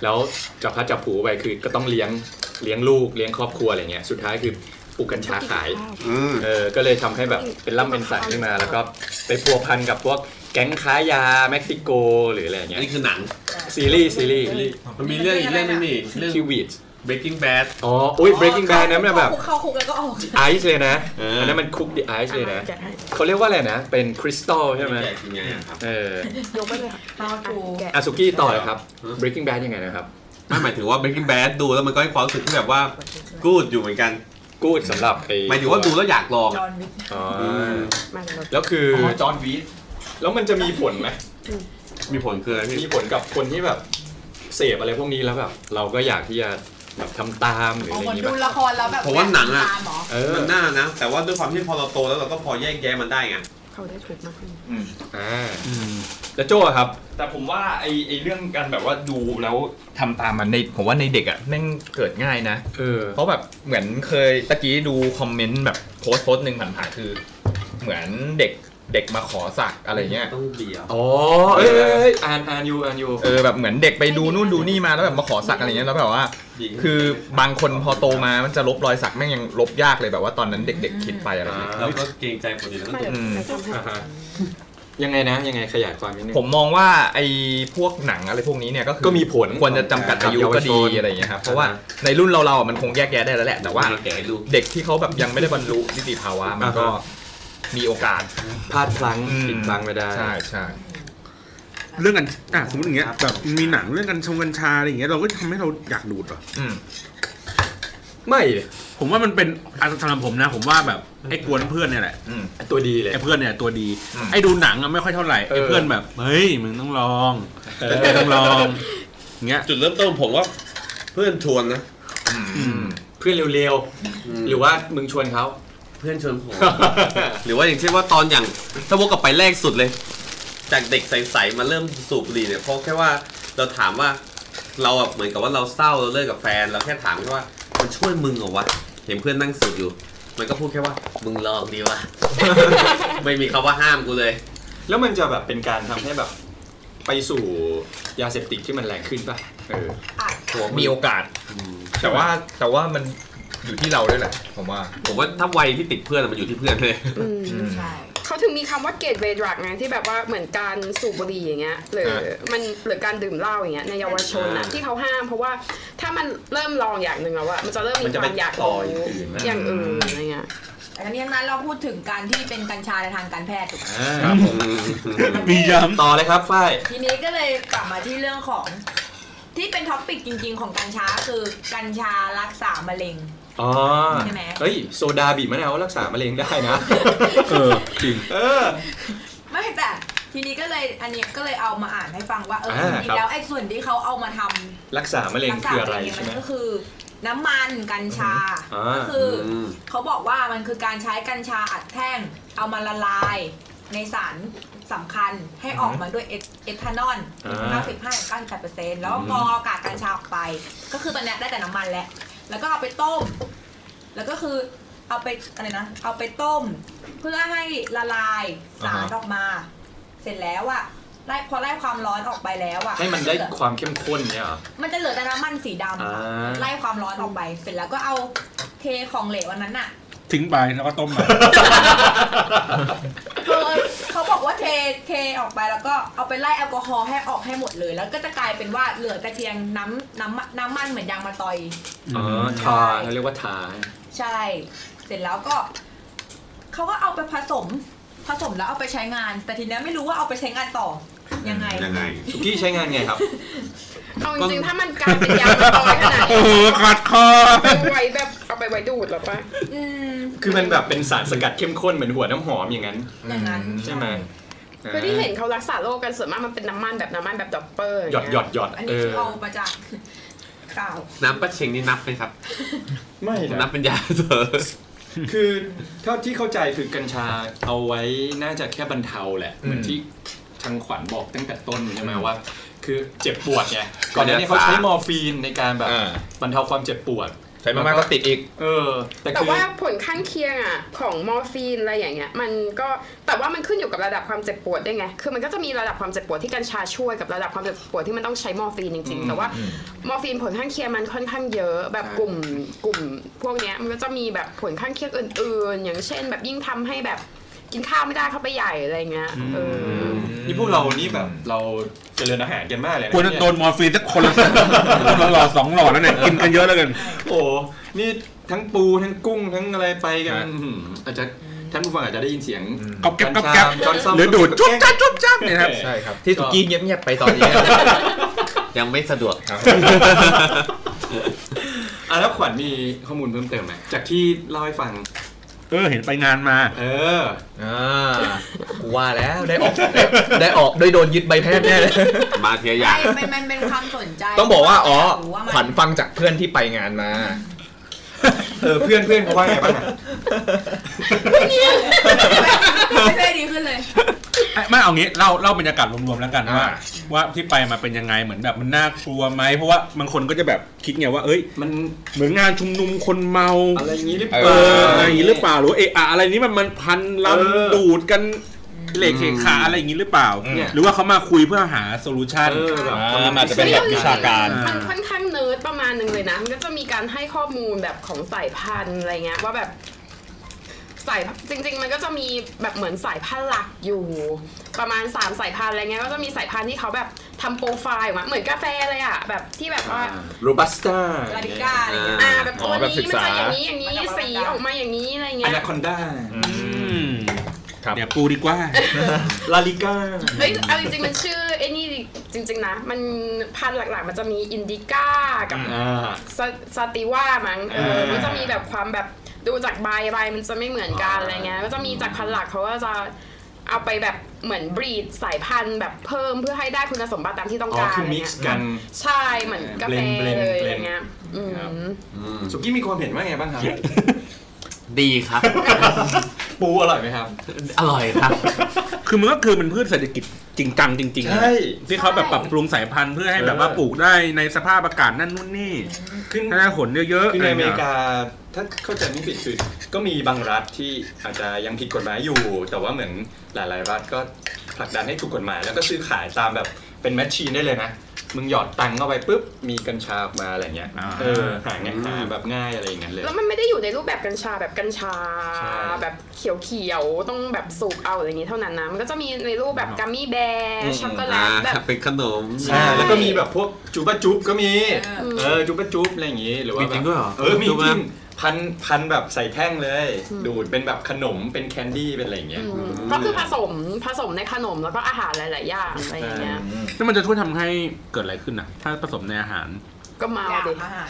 S8: แล้วจับพลัดจับผลูไปคือก็ต้องเลี้ยงเลี้ยงลูกเลี้ยงครอบครัวอะไรเงี้ยสุดท้ายคือปลูกกัญชาขาย
S1: อืม
S8: เออก็เลยทำให้แบบเป็นล่ำเป็นสันขึ้นมา แล้วก็ไปพัวพันกับพวกแก๊งค้ายาเม็กซิโกหรืออะไร
S1: อั
S8: เงี้
S1: น
S8: ย
S1: นี้คือหนัง
S8: ซีรีส์ซีรีส์
S1: มันมีเรื่องอีกเรื่องนึงนี่เรื่อง
S8: ชื่อวีด
S1: Breaking Bad
S8: อ๋ออุ้ย breaking bad นะมันแบบ
S6: เข้าคุกแล้วก็ออก
S8: ไอซ์เลยนะ
S1: เอออั
S8: อันนั้นมันคุกดิไอซ์เลยนะ
S4: จัดให้
S8: เขาเรียกว่าอะไรนะ เป็นคริสตัลใช่ไหม
S1: แจกทีมงานอะครับ
S8: เออย
S4: กไปเลยค่ะ
S6: How to
S4: แกะ
S8: อาสุกี้ต่อเลยครับ breaking bad ยังไงนะครับ
S1: ไม่หมายถึงว่า Breaking Bad ดูแล้วมันก็ให้ความรู้สึกที่แบบว่ากูดอยู่เหมือนกัน
S8: กูดสำหรับไอ้
S1: หมายถึงว่าดูแล้วอยากลอง
S6: จ
S1: อะ
S6: อห์นวิก
S8: อ๋อ
S1: อืม
S4: มาเลย
S8: แล้วคืออ
S5: จอห์นวิก
S8: แล้วมันจะมีผลไหม
S1: มีผลคืออะไรพี่
S8: มีผลกับคนที่แบบเสพอะไรพวกนี้แล้วแบบ เราก็อยากที่จะแบบทำตามหรือ
S6: อ๋
S8: อะ
S6: อเห
S8: ไรอ
S6: มือน
S8: ย่างงี้
S6: ดู
S8: ป่ะ
S6: ละครแล้วแบบ
S1: ผมว่าหนังอะ
S6: ตามเหรอ
S8: เออ
S1: มันน่านะ แต่ว่าด้วยความที่พอเราโตแล้วเราก็พอแยกแยะมันได้ไง
S4: เขาได้ถูกมากขึ้น
S8: อ่า
S2: อืม
S8: แล้วโจ้อะครับ
S9: แต่ผมว่าไอ้ไอ้เรื่องการแบบว่าดูแล้ว
S5: ทำตามมันในผมว่าในเด็กอ่ะแม่งเกิดง่ายนะ
S8: เออ
S5: เพราะแบบเหมือนเคยตะกี้ดูคอมเมนต์แบบโพสต์โพสต์หนึ่งผ่านๆคือ เหมือนเด็กเด็กมาขอสักอะไรเงี้ย
S1: ต้องเบียร์
S8: อ๋อ เอ้ยเอ้ยเอ้ยอ่านอ่านอยู่อ่านอยู่
S5: เออแบบเหมือนเด็กไปดูนู่นดูนี่มาแล้วแบบมาขอสักอะไรเงี้ยแล้วแบบว่า คือบางคนพอโตมามันจะลบรอยสักแม่งยังลบยากเลยแบบว่าตอนนั้นเด็ก ๆ คิดไปอะไรเงี้ย
S1: เราก็เกรงใจคนอื่นแล้วก็
S4: ไม่เดี๋ยว
S5: อืม
S4: เดี๋ยวทำให้
S8: อ่าฮะ ยังไงนะ ยังไงขยายความนิดนึง
S5: ผมมองว่าไอ้พวกหนังอะไรพวกนี้เนี่ยก็คือ
S8: ก็มีผล
S5: ควรจะจำกัดอายุ
S8: กับเยาว
S5: ก็
S8: ช
S5: ดี
S8: น
S5: อะไรเงี้ยครับเพราะว่าในรุ่นเราเราๆอ่ะมันคงแยกแยะได้แล้วแหละแต่ว่า
S1: แกให้ดู
S5: เด็กที่เขาแบบยังไม่ได้บรรลุนิติภาวะมันก็
S8: อ่าฮะ
S5: มีโอกาส
S8: พลาดพลั้ง
S5: อืม
S8: ผิดพลั้งไม่ได้
S5: ใช่ใช่
S2: เรื่องกันอ่ะสมมติอย่างเงี้ยแบบมีหนังเรื่องกัญชงกัญชาอะไรอย่างเงี้ยเราก็ทำให้เราอยากดูดเหรอ
S5: อืม
S8: ไม่
S2: ผมว่ามันเป็นอาสำหรับผมนะ ผมว่าแบบไอ้กวนเพื่อนเนี่ยแหละ
S5: อืม
S8: ตัวดีเลย
S2: ไอ้เพื่อนเนี่ยตัวดี
S5: อืม
S2: ไอ้ดูหนังอะไม่ค่อยเท่าไหร่ไอ้เพื่อนแบบเฮ้ยมึงต้องลองมึงต้องลองอย่างเงี้ย
S1: จุดเริ่มต้นผมว่าเพื่อนชวนนะ
S5: อืม
S2: อืม
S8: เพื่อนเร็วๆ หรือว่ามึงชวนเขา
S1: เพื่อนชวนผม หรือว่าอย่างเช่นว่าตอนอย่างถ้าวกกลับไปแรกสุดเลย จากเด็กใสๆมาเริ่มสูบบุหรี่เนี่ยเพราะแค่ว่าเราถามว่าเราแบบเหมือนกับว่าเราเศร้าเราเลิกกับแฟนเราแค่ถามแค่ว่ามันช่วยมึงเหรอวะเห็นเพื่อนนั่งสูบอยู่ มันก็พูดแค่ว่ามึงลองดีวะ ไม่มีคำว่าห้ามกูเลย
S8: แล้วมันจะแบบเป็นการทำให้แบบ ไปสู่ยาเสพติดที่มันแรงขึ้นป่ะ เออ
S5: มีโอกาส แต่ว่าแต่ว่ามันอยู่ที่เราด้วยแหละ ผมว่า
S1: ผมว่าถ้าวัยที่ติดเพื่อนอะมันอยู่ที่เพื่อนเลย
S4: อืม
S5: อืม
S6: ใช่
S4: เขาถึงมีคำว่าเกตเวดรักไงที่แบบว่าเหมือนการสูบบุหรี่อย่างเงี้ยหรือ
S5: เออ
S4: มันหรือการดื่มเหล้าอย่างเงี้ยในเยาวชนอะ
S1: อ่า
S4: ที่เขาห้ามเพราะว่าถ้ามันเริ่มลองอย่างหนึ่งแล้วอะมันจะเริ่มมี
S8: มันจะ
S4: ค
S8: ไป
S4: วามอยาก
S8: ต่อ
S4: รู้
S8: อย่างอื่
S4: อย่างอื่น
S8: นนะ
S4: อะไรเงี้ย
S6: แต่ทั้งนี้ทั้งนั้นเราพูดถึงการที่เป็นกัญชาในทางการแพทย์ถูกไหม
S8: อ่า
S2: มีย้ำ
S8: ต่อเลยครับฝ้าย
S6: ทีนี้ก็เลยกลับมาที่เรื่องของที่เป็นท็อปปิกจริง ๆ ของกัญชาคือกัญชารักษามะเร็ง
S8: อ๋อ
S6: ใช่ไหม
S8: เฮ้ย โซดาบีบมะนาวรักษามะเร็งได้นะ
S2: เออจริง
S8: เออ
S6: ไม่แต่ทีนี้ก็เลยอันนี้ก็เลยเอามาอ่านให้ฟังว่าเออ
S8: อ่า
S6: จริ
S8: ค
S6: ง
S8: รับ
S6: ๆแล้วไอ้ส่วนที่เขาเอามาทำ
S8: รักษามะเร็ง
S6: ลักษ
S8: คือ
S6: ณะ
S8: อะไร
S6: อย่างเงี้ย
S8: ใช่
S6: มั
S8: ไหม
S6: นก็คือน้ำมันกัญชา
S8: อ่า
S6: ก็คืออ
S1: ม
S6: เขาบอกว่ามันคือการใช้กัญชาอัดแท่ง เอามาละลายในสารสำคัญให้ออกมาด้วยเอทเอทานอล95-98%แล้วพอเอากากกัญชาออกไป ก็คือตอนเนี้ยได้แต่น้ำมันแหละแล้วก็เอาไปต้ม แล้วก็คือเอาไปอะไรนะ เอาไปต้ม เพื่อให้ละลายสาร
S5: อ่าฮะ
S6: ออกมา เสร็จแล้วอะไล่พอไล่ความร้อนออกไปแล้วอะ
S8: ให้มันได้ความเข้มข้นเนี่ยเหรอ
S6: มันจะเหลือแต่น้ำมันสีด
S8: อ่า
S6: ำไล่ความร้อนออกไป เสร็จแล้วก็เอาเทของเหลวอันนั้นน่ะ
S2: ทิ้งไปแล้วก็ต้มมา
S6: เออเขาบอกว่า ว่าเทเทออกไปแล้วก็เอาไปไล่แอลกอฮอล์ให้ออกให้หมดเลย แล้วก็จะกลายเป็นว่าเหลือแต่เพียงน้ำน้ำน้ำมันเหมือนยางมะตอย
S8: อ๋อทาเขาเรียกว่าทา
S6: ใช่ เสร็จแล้วก็เขาก็เอาไปผสม ผสมแล้วเอาไปใช้งาน แต่ทีเนี้ยไม่รู้ว่าเอาไปใช้งานต่อยังไง
S1: ยังไง
S8: สุกี้ใช้งานไงครับ
S4: เอาจริงๆถ้ามันกลายเป็นยางมะตอยขนาด
S2: โอ้
S4: นี้
S2: โหขัดคอ
S4: ไปไว้แบบเอาไปไว้ดูดเหรอปะ
S6: อืม
S8: คือมันแบบเป็นสารสกัดเข้มข้นเหมือนหัวน้ำหอมอย่างนั้น
S6: อย่างนั้น
S8: ใช่ไหม
S4: คือที่เห็นเขารักษาโรคกันส่วนมากมันเป็นน้ำมันแบบน้ำมันแบบดอปเปอร์าง
S8: หยอด
S4: เงี้
S8: หยอดหยอด
S6: อัน
S8: เอ
S6: นี้
S8: อ
S6: เอามาจากข่าว
S1: น้ำปลาเชงนี่นับไหมครับ
S8: ไม่นะ
S1: นับเป็นยาเสริม
S8: คือเท่าที่เข้าใจคือกัญชาเอาไว้น่าจะแค่บรรเทาแหละ เหมือนที่ทางขวัญบอกตั้งแต่ต้นใช่ไหมว่า คือเจ็บปวดไงก่อนหน้านี้เขาใช้มอร์ฟีนในการแบบ
S5: อ่า
S8: บรรเทาความเจ็บปวด
S5: ใช้มากๆก็ติดอีก
S8: เออ แต่
S4: แต่
S8: คือ
S4: ว่าผลข้างเคียงอ่ะของมอร์ฟีนอะไรอย่างเงี้ยมันก็แต่ว่ามันขึ้นอยู่กับระดับความเจ็บปวดด้วยไงคือมันก็จะมีระดับความเจ็บปวดที่กัญชาช่วยกับระดับความเจ็บปวดที่มันต้องใช้มอร์ฟีนจริงๆ แต่ว่ามอร์ฟีนผลข้างเคียงมันค่อนข้างเยอะแบบกลุ่มกลุ่ม พวกเนี้ยมันก็จะมีแบบผลข้างเคียงอื่น ๆ อย่างเช่น แบบยิ่งทำให้แบบกินข้าวไม่ได้เข้าไปใหญ่อะไรเงี้ยเออ
S8: นี่พวกเรานี่แบบเราเจริญอาหารกันมากเลยนะ
S2: ควรจะ
S8: เนี่ย
S2: โดนมอร์ฟีนสักคนละคนละหลอดสองหลอดแล้วเนี่ย กินกันเยอะแล้วกัน
S8: โอ้โหนี่ทั้งปูทั้งกุ้งทั้งอะไรไปกัน
S5: ฮะ
S8: อื้อหืออาจจะท่านผู้ฟังอาจจะได้ยินเสียง
S2: ก๊อบแก๊บก๊อบแก๊บ
S8: ช้อนซ่อม
S2: หรือดูดจุ๊บจ้าจุ๊บจ้าเนี่ยครับ
S5: ใช่ครับ ที่สุกี้เงียบๆไป ตอนนี้
S1: ยังไม่สะดวก
S5: ครับ
S8: อ่ะแล้วขวัญมีข้อมูลเพิ่มเติมไหมจากที่เล่าให้ฟัง
S2: เออ เห็นไปงานมา
S8: เออ
S5: อ่ากูว่าแล้วได้ออกได้ได้ออกได้โดนยึดใบแพทย์แน่เลย
S1: มาเทียอ
S6: ใช่
S1: ยาง
S6: มันมันเป็นความสนใจ
S5: ต้องบอกว่าอ๋อ
S6: รู้ามัน
S5: ขวัญฟังจากเพื่อนที่ไปงานมา
S8: เออเพื่อนเพื่อนเขาว่าไงบ้างอะ
S6: ไม่ได้ดีขึ้นเลย
S2: ไม่เอางี้เล่าเล่าบรรยากาศรวมๆแล้วกัน
S5: อ่า
S2: ว่าว่าที่ไปมาเป็นยังไงเหมือนแบบมันน่ากลัวไหมเพราะว่าบางคนก็จะแบบคิดไงว่าเอ้ย
S8: มัน
S2: เหมือนงานชุมนุมคนเมา
S8: อะไรอย่างนี้หรือเป
S2: เอ
S8: ล่า
S2: ออะไรอย่างนี้หรือเปล่าหรือว่าเอะอะอะไรนี้มันมันพันล
S8: เออ
S2: ำดูดกันเหล็กเขขาอะไรอย่างนี้หรือเปล่า
S8: เนี่ย
S2: หรือว่าเขามาคุยเพื่อหาโซลูชัน
S8: เออแบบ
S5: อ่ามันอาจจะเป็นแบบวิชาการ
S4: มันค่อนข้างเนิร์ดประมาณหนึ่งเลยนะ มันก็จะมีการให้ข้อมูลแบบของสายพันธุ์อะไรเงี้ยว่าแบบสายจริง ๆ มันก็จะมีแบบเหมือนสายพันธุ์หลักอยู่ ประมาณสามสายพันธุ์อะไรเงี้ย ก็จะมีสายพันธุ์ที่เขาแบบทำโปรไฟล์ออกมาเหมือนกาแฟเลยอะแบบที่แบบว่า
S8: โรบัสต้า
S6: ลาดิก้าอะไรอย่างเงี้ย
S4: อ่าแบบตัว
S5: อ๋อแบบ
S4: นี้
S5: ศึก
S4: มัน
S5: ษา
S4: จะอย่างนี้อย่างนี้
S6: มันจะประมาณ
S4: สีออกมาอย่างนี้อะไร
S8: อ
S4: เงี้ย
S8: นาคอนด้า
S5: ครับ
S2: เดี๋ยวกูดีกว่า
S8: ลาลิก้า
S4: เฮ้ยเอาจริงๆมันชื่อไอ้นี่จริง ๆ นะ มันพันธุ์หลักๆ มันจะมีอินดิก้ากับ ซาซาติว่ามั้งเออมันจะมีแบบความแบบดูจากใบใบมันจะไม่เหมือนกันอะไรเงี้ย ก็จะมีจากพันธุ์หลักเขาก็จะเอาไปแบบเหมือนบรีดสายพันธุ์แบบเพิ่มเพื่อให้ได้คุณสมบัติตามที่ต้อง
S8: อ๋อ
S4: การ
S8: คือ
S4: อะไร
S8: มิก
S4: เงี้ย
S8: ซ์กัน
S4: ใช่เหมือนกาแฟ
S8: blend blend
S4: เลยอะไร
S8: blend
S4: เงี้ยอืม
S8: ครับ สุกี้มีความเห็นว่าไงบ้างครับ
S1: ดีครับ
S8: ปูอร่อยไหมครับ
S1: อร่อยครับ
S2: คือมันก็คือมันพืชเศรษฐกิจจริงจังจริงๆนะ
S8: ใช่
S2: ที่เขาแบบปรับปรุงสายพันธุ์เพื่อให้แบบว่าปลูกได้ในสภาพอากาศนั่นนู่นนี่
S8: ขึ้น
S2: ให้ได้ผลเยอะๆ
S8: คือในอเมริกาถ้าเข้าใจไม่ผิดคือก็มีบางรัฐที่อาจจะยังผิดกฎหมายอยู่ แต่ว่าเหมือนหลาย ๆ รัฐก็ผลักดันให้ถูกกฎหมาย แล้วก็ซื้อขายตามแบบเป็นแมชชีนได้เลยนะ มึงหยอดตังค์เข้าไปปุ๊บ มีกัญชาออกมาอะไรเงี้ยเออหาง่ายหาแบบง่ายอะไรอย่างเงี้ยเลย
S4: แล้วมันไม่ได้อยู่ในรูปแบบกัญชาแบบกัญชา
S8: ใช่
S4: แบบเขียวๆต้องแบบสูบเอาอะไรอย่างงี้เท่านั้นนะ มันก็จะมีในรูปแบบกัมมี่แบร์ช็อกโกแล
S1: อ่า
S4: ตแบบ
S1: เป็นขนม
S4: ใช่
S8: อ่าแล้วก็มีแบบพวกจูบะจุ๊บก็มี
S6: เออ
S8: เออจูบะจุ๊บอะไรอย่างงี้หรือว่า
S1: มีจริงด้วยเหรอ
S8: เออมีจ
S1: จูบ
S8: ริ
S1: นะ
S8: งพันพันแบบใส่แท่งเลย ดูดเป็นแบบขนมเป็นแคนดี้เป็นอะไรอย่างเงี้ย
S4: อืมก็คือผสมผสมในขนมแล้วก็อาหารหลายๆอย่างอะไรอย่างเงี้ย
S2: แล้วมันจะช่วยทำให้เกิดอะไรขึ้นนะถ้าผสมในอาหาร
S4: ก็เมา
S6: อยาก
S4: ดิ
S6: อาหาร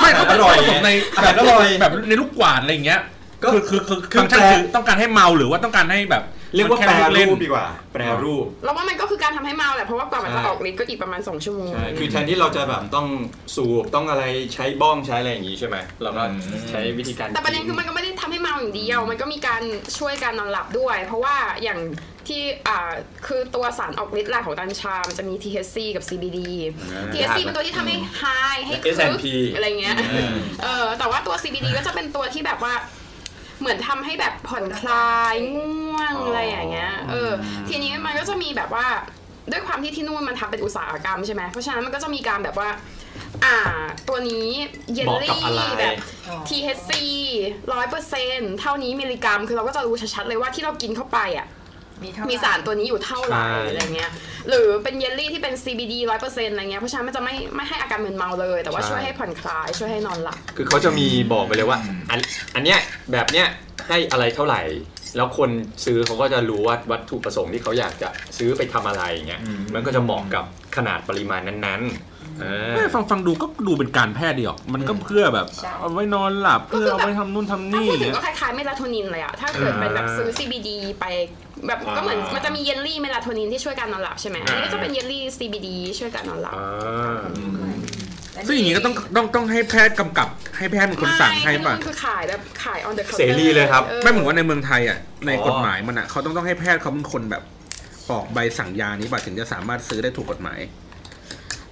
S2: ไม่เขา
S8: อร่อย
S2: ผสมใน
S8: อา
S2: แบ
S8: หา
S2: บ
S8: รอร่อย
S2: แบบในลูกกวาดอะไรอย่างเงี้ย
S8: ก็
S2: คือคือคือ
S8: คือ
S2: ฟังก์ชัน
S8: แปล
S2: คือต้องการให้เมาหรือว่าต้องการให้แบบ
S8: เรียกว่า
S2: มัน
S8: แปร
S2: ค่ลู
S8: รู
S2: น
S8: ปดีกว่า แปรรูป
S4: เราว่ามันก็คือการทำให้เมาแหละเพราะว่ากว่ามันจะ
S8: ใช่
S4: ออกฤทธิ์ก็อีกประมาณ 2 ชั่วโมง
S8: ใช่ คือแทนที่เราจะแบบต้องสูบ ต้องอะไรใช้บ้องใช้อะไรอย่างนี้ใช่ไหม เราก็ใช้วิธีการ
S4: แต่ประเด็นคือมันก็ไม่ได้ทำให้เมาอย่างเดียว มันก็มีการช่วยการนอนหลับด้วย เพราะว่าอย่างที่อ่าคือตัวสารออกฤทธิ์หลักของกัญชา มันจะมี THC กับ CBD THC เป็นตัวที่ทำให้ไฮให้
S8: เอ
S4: คึ
S8: สแอ
S4: ก
S8: นพี
S4: อะไรเงี้ย เออแต่ว่าตัว CBD ก็จะเป็นตัวที่แบบว่า เหมือนทำให้แบบผ่อนคลายง่วง
S8: อ๋ออ
S4: อะไรอย่างเงี้ย เออ ทีนี้มันก็จะมีแบบว่าด้วยความที่ที่นู่นมันทำเป็นอุตสาหกรรมใช่ไหมเพราะฉะนั้นมันก็จะมีการแบบว่า อ่า ตัวนี้เยล
S8: เหมาะกับ
S4: ลี่
S8: อะไร
S4: แบบ THC ร้อยเปอร์เซ็นต์เท่านี้มิลลิกรัม คือเราก็จะรู้ชัดๆเลยว่าที่เรากินเข้าไปอ่ะ
S6: มีเท่า
S4: มี
S6: มี
S4: สารตัวนี้อยู่เท่าไหร่
S8: ใช่
S4: อะไรเงี้ย หรือเป็นเยลลี่ที่เป็น CBD ร้อยเปอร์เซ็นต์อะไรเงี้ย เพราะฉะนั้นมันจะไม่ไม่ให้อาการมึนเมาเลย แต่ว่าช่วยให้ผ่อนคลาย ช่วยให้นอนหลับ
S8: คือเขาจะมีบอกไปเลยว่า อันอันเนี้ยแบบเนี้ยให้อะไรเท่าไหร่ แล้วคนซื้อเขาก็จะรู้ว่าวัตถุประสงค์ที่เขาอยากจะซื้อไปทำอะไรอย่างเงี้ย
S5: อืม
S8: มันก็จะเหมาะกับขนาดปริมาณนั้นๆเออ
S2: ฟังฟังดูก็ดูเป็นการแพทย์ดีออกมันก็เพื่อแบบเอาไว้นอนหลับ
S4: ก็
S2: เพื่
S4: คือ อแบบ
S2: เอาไว้ทำนู่นทำ
S4: ถ้า
S2: นี่
S4: พูดถึ
S2: เนี่
S4: ง
S2: ย
S4: ก็คล้ายๆเมลาโทนินเลยอะถ้าเกิดเป็นแบบซื้อ CBD ไปแบบก็เหมือน
S8: อ่ามั
S4: มันจะมีเยลลี่เมลาโทนินที่ช่วยการนอนหลับใช่ไหมอันนี้ก็จะเป็นเยลลี่ CBD ช่วยการนอนหลับ
S8: ่า
S2: ซึ่งอย่างนี้ก็ต้องต้องต้องให้แพทย์กำกับ ให้แพทย์เป็นคนสั่งให้ป่ะ
S4: ไม่อันนี้มันคือขายแบบขาย on the counter
S8: เสรีเลยครับ
S4: ออ
S2: ไม่เหมือนว่าในเมืองไทยอ่ะในกฎหมายมันอ่ะเขาต้องต้องให้แพทย์เขาเป็นคนแบบออกใบสั่งยานี้ป่ะถึงจะสามารถซื้อได้ถูกกฎหมาย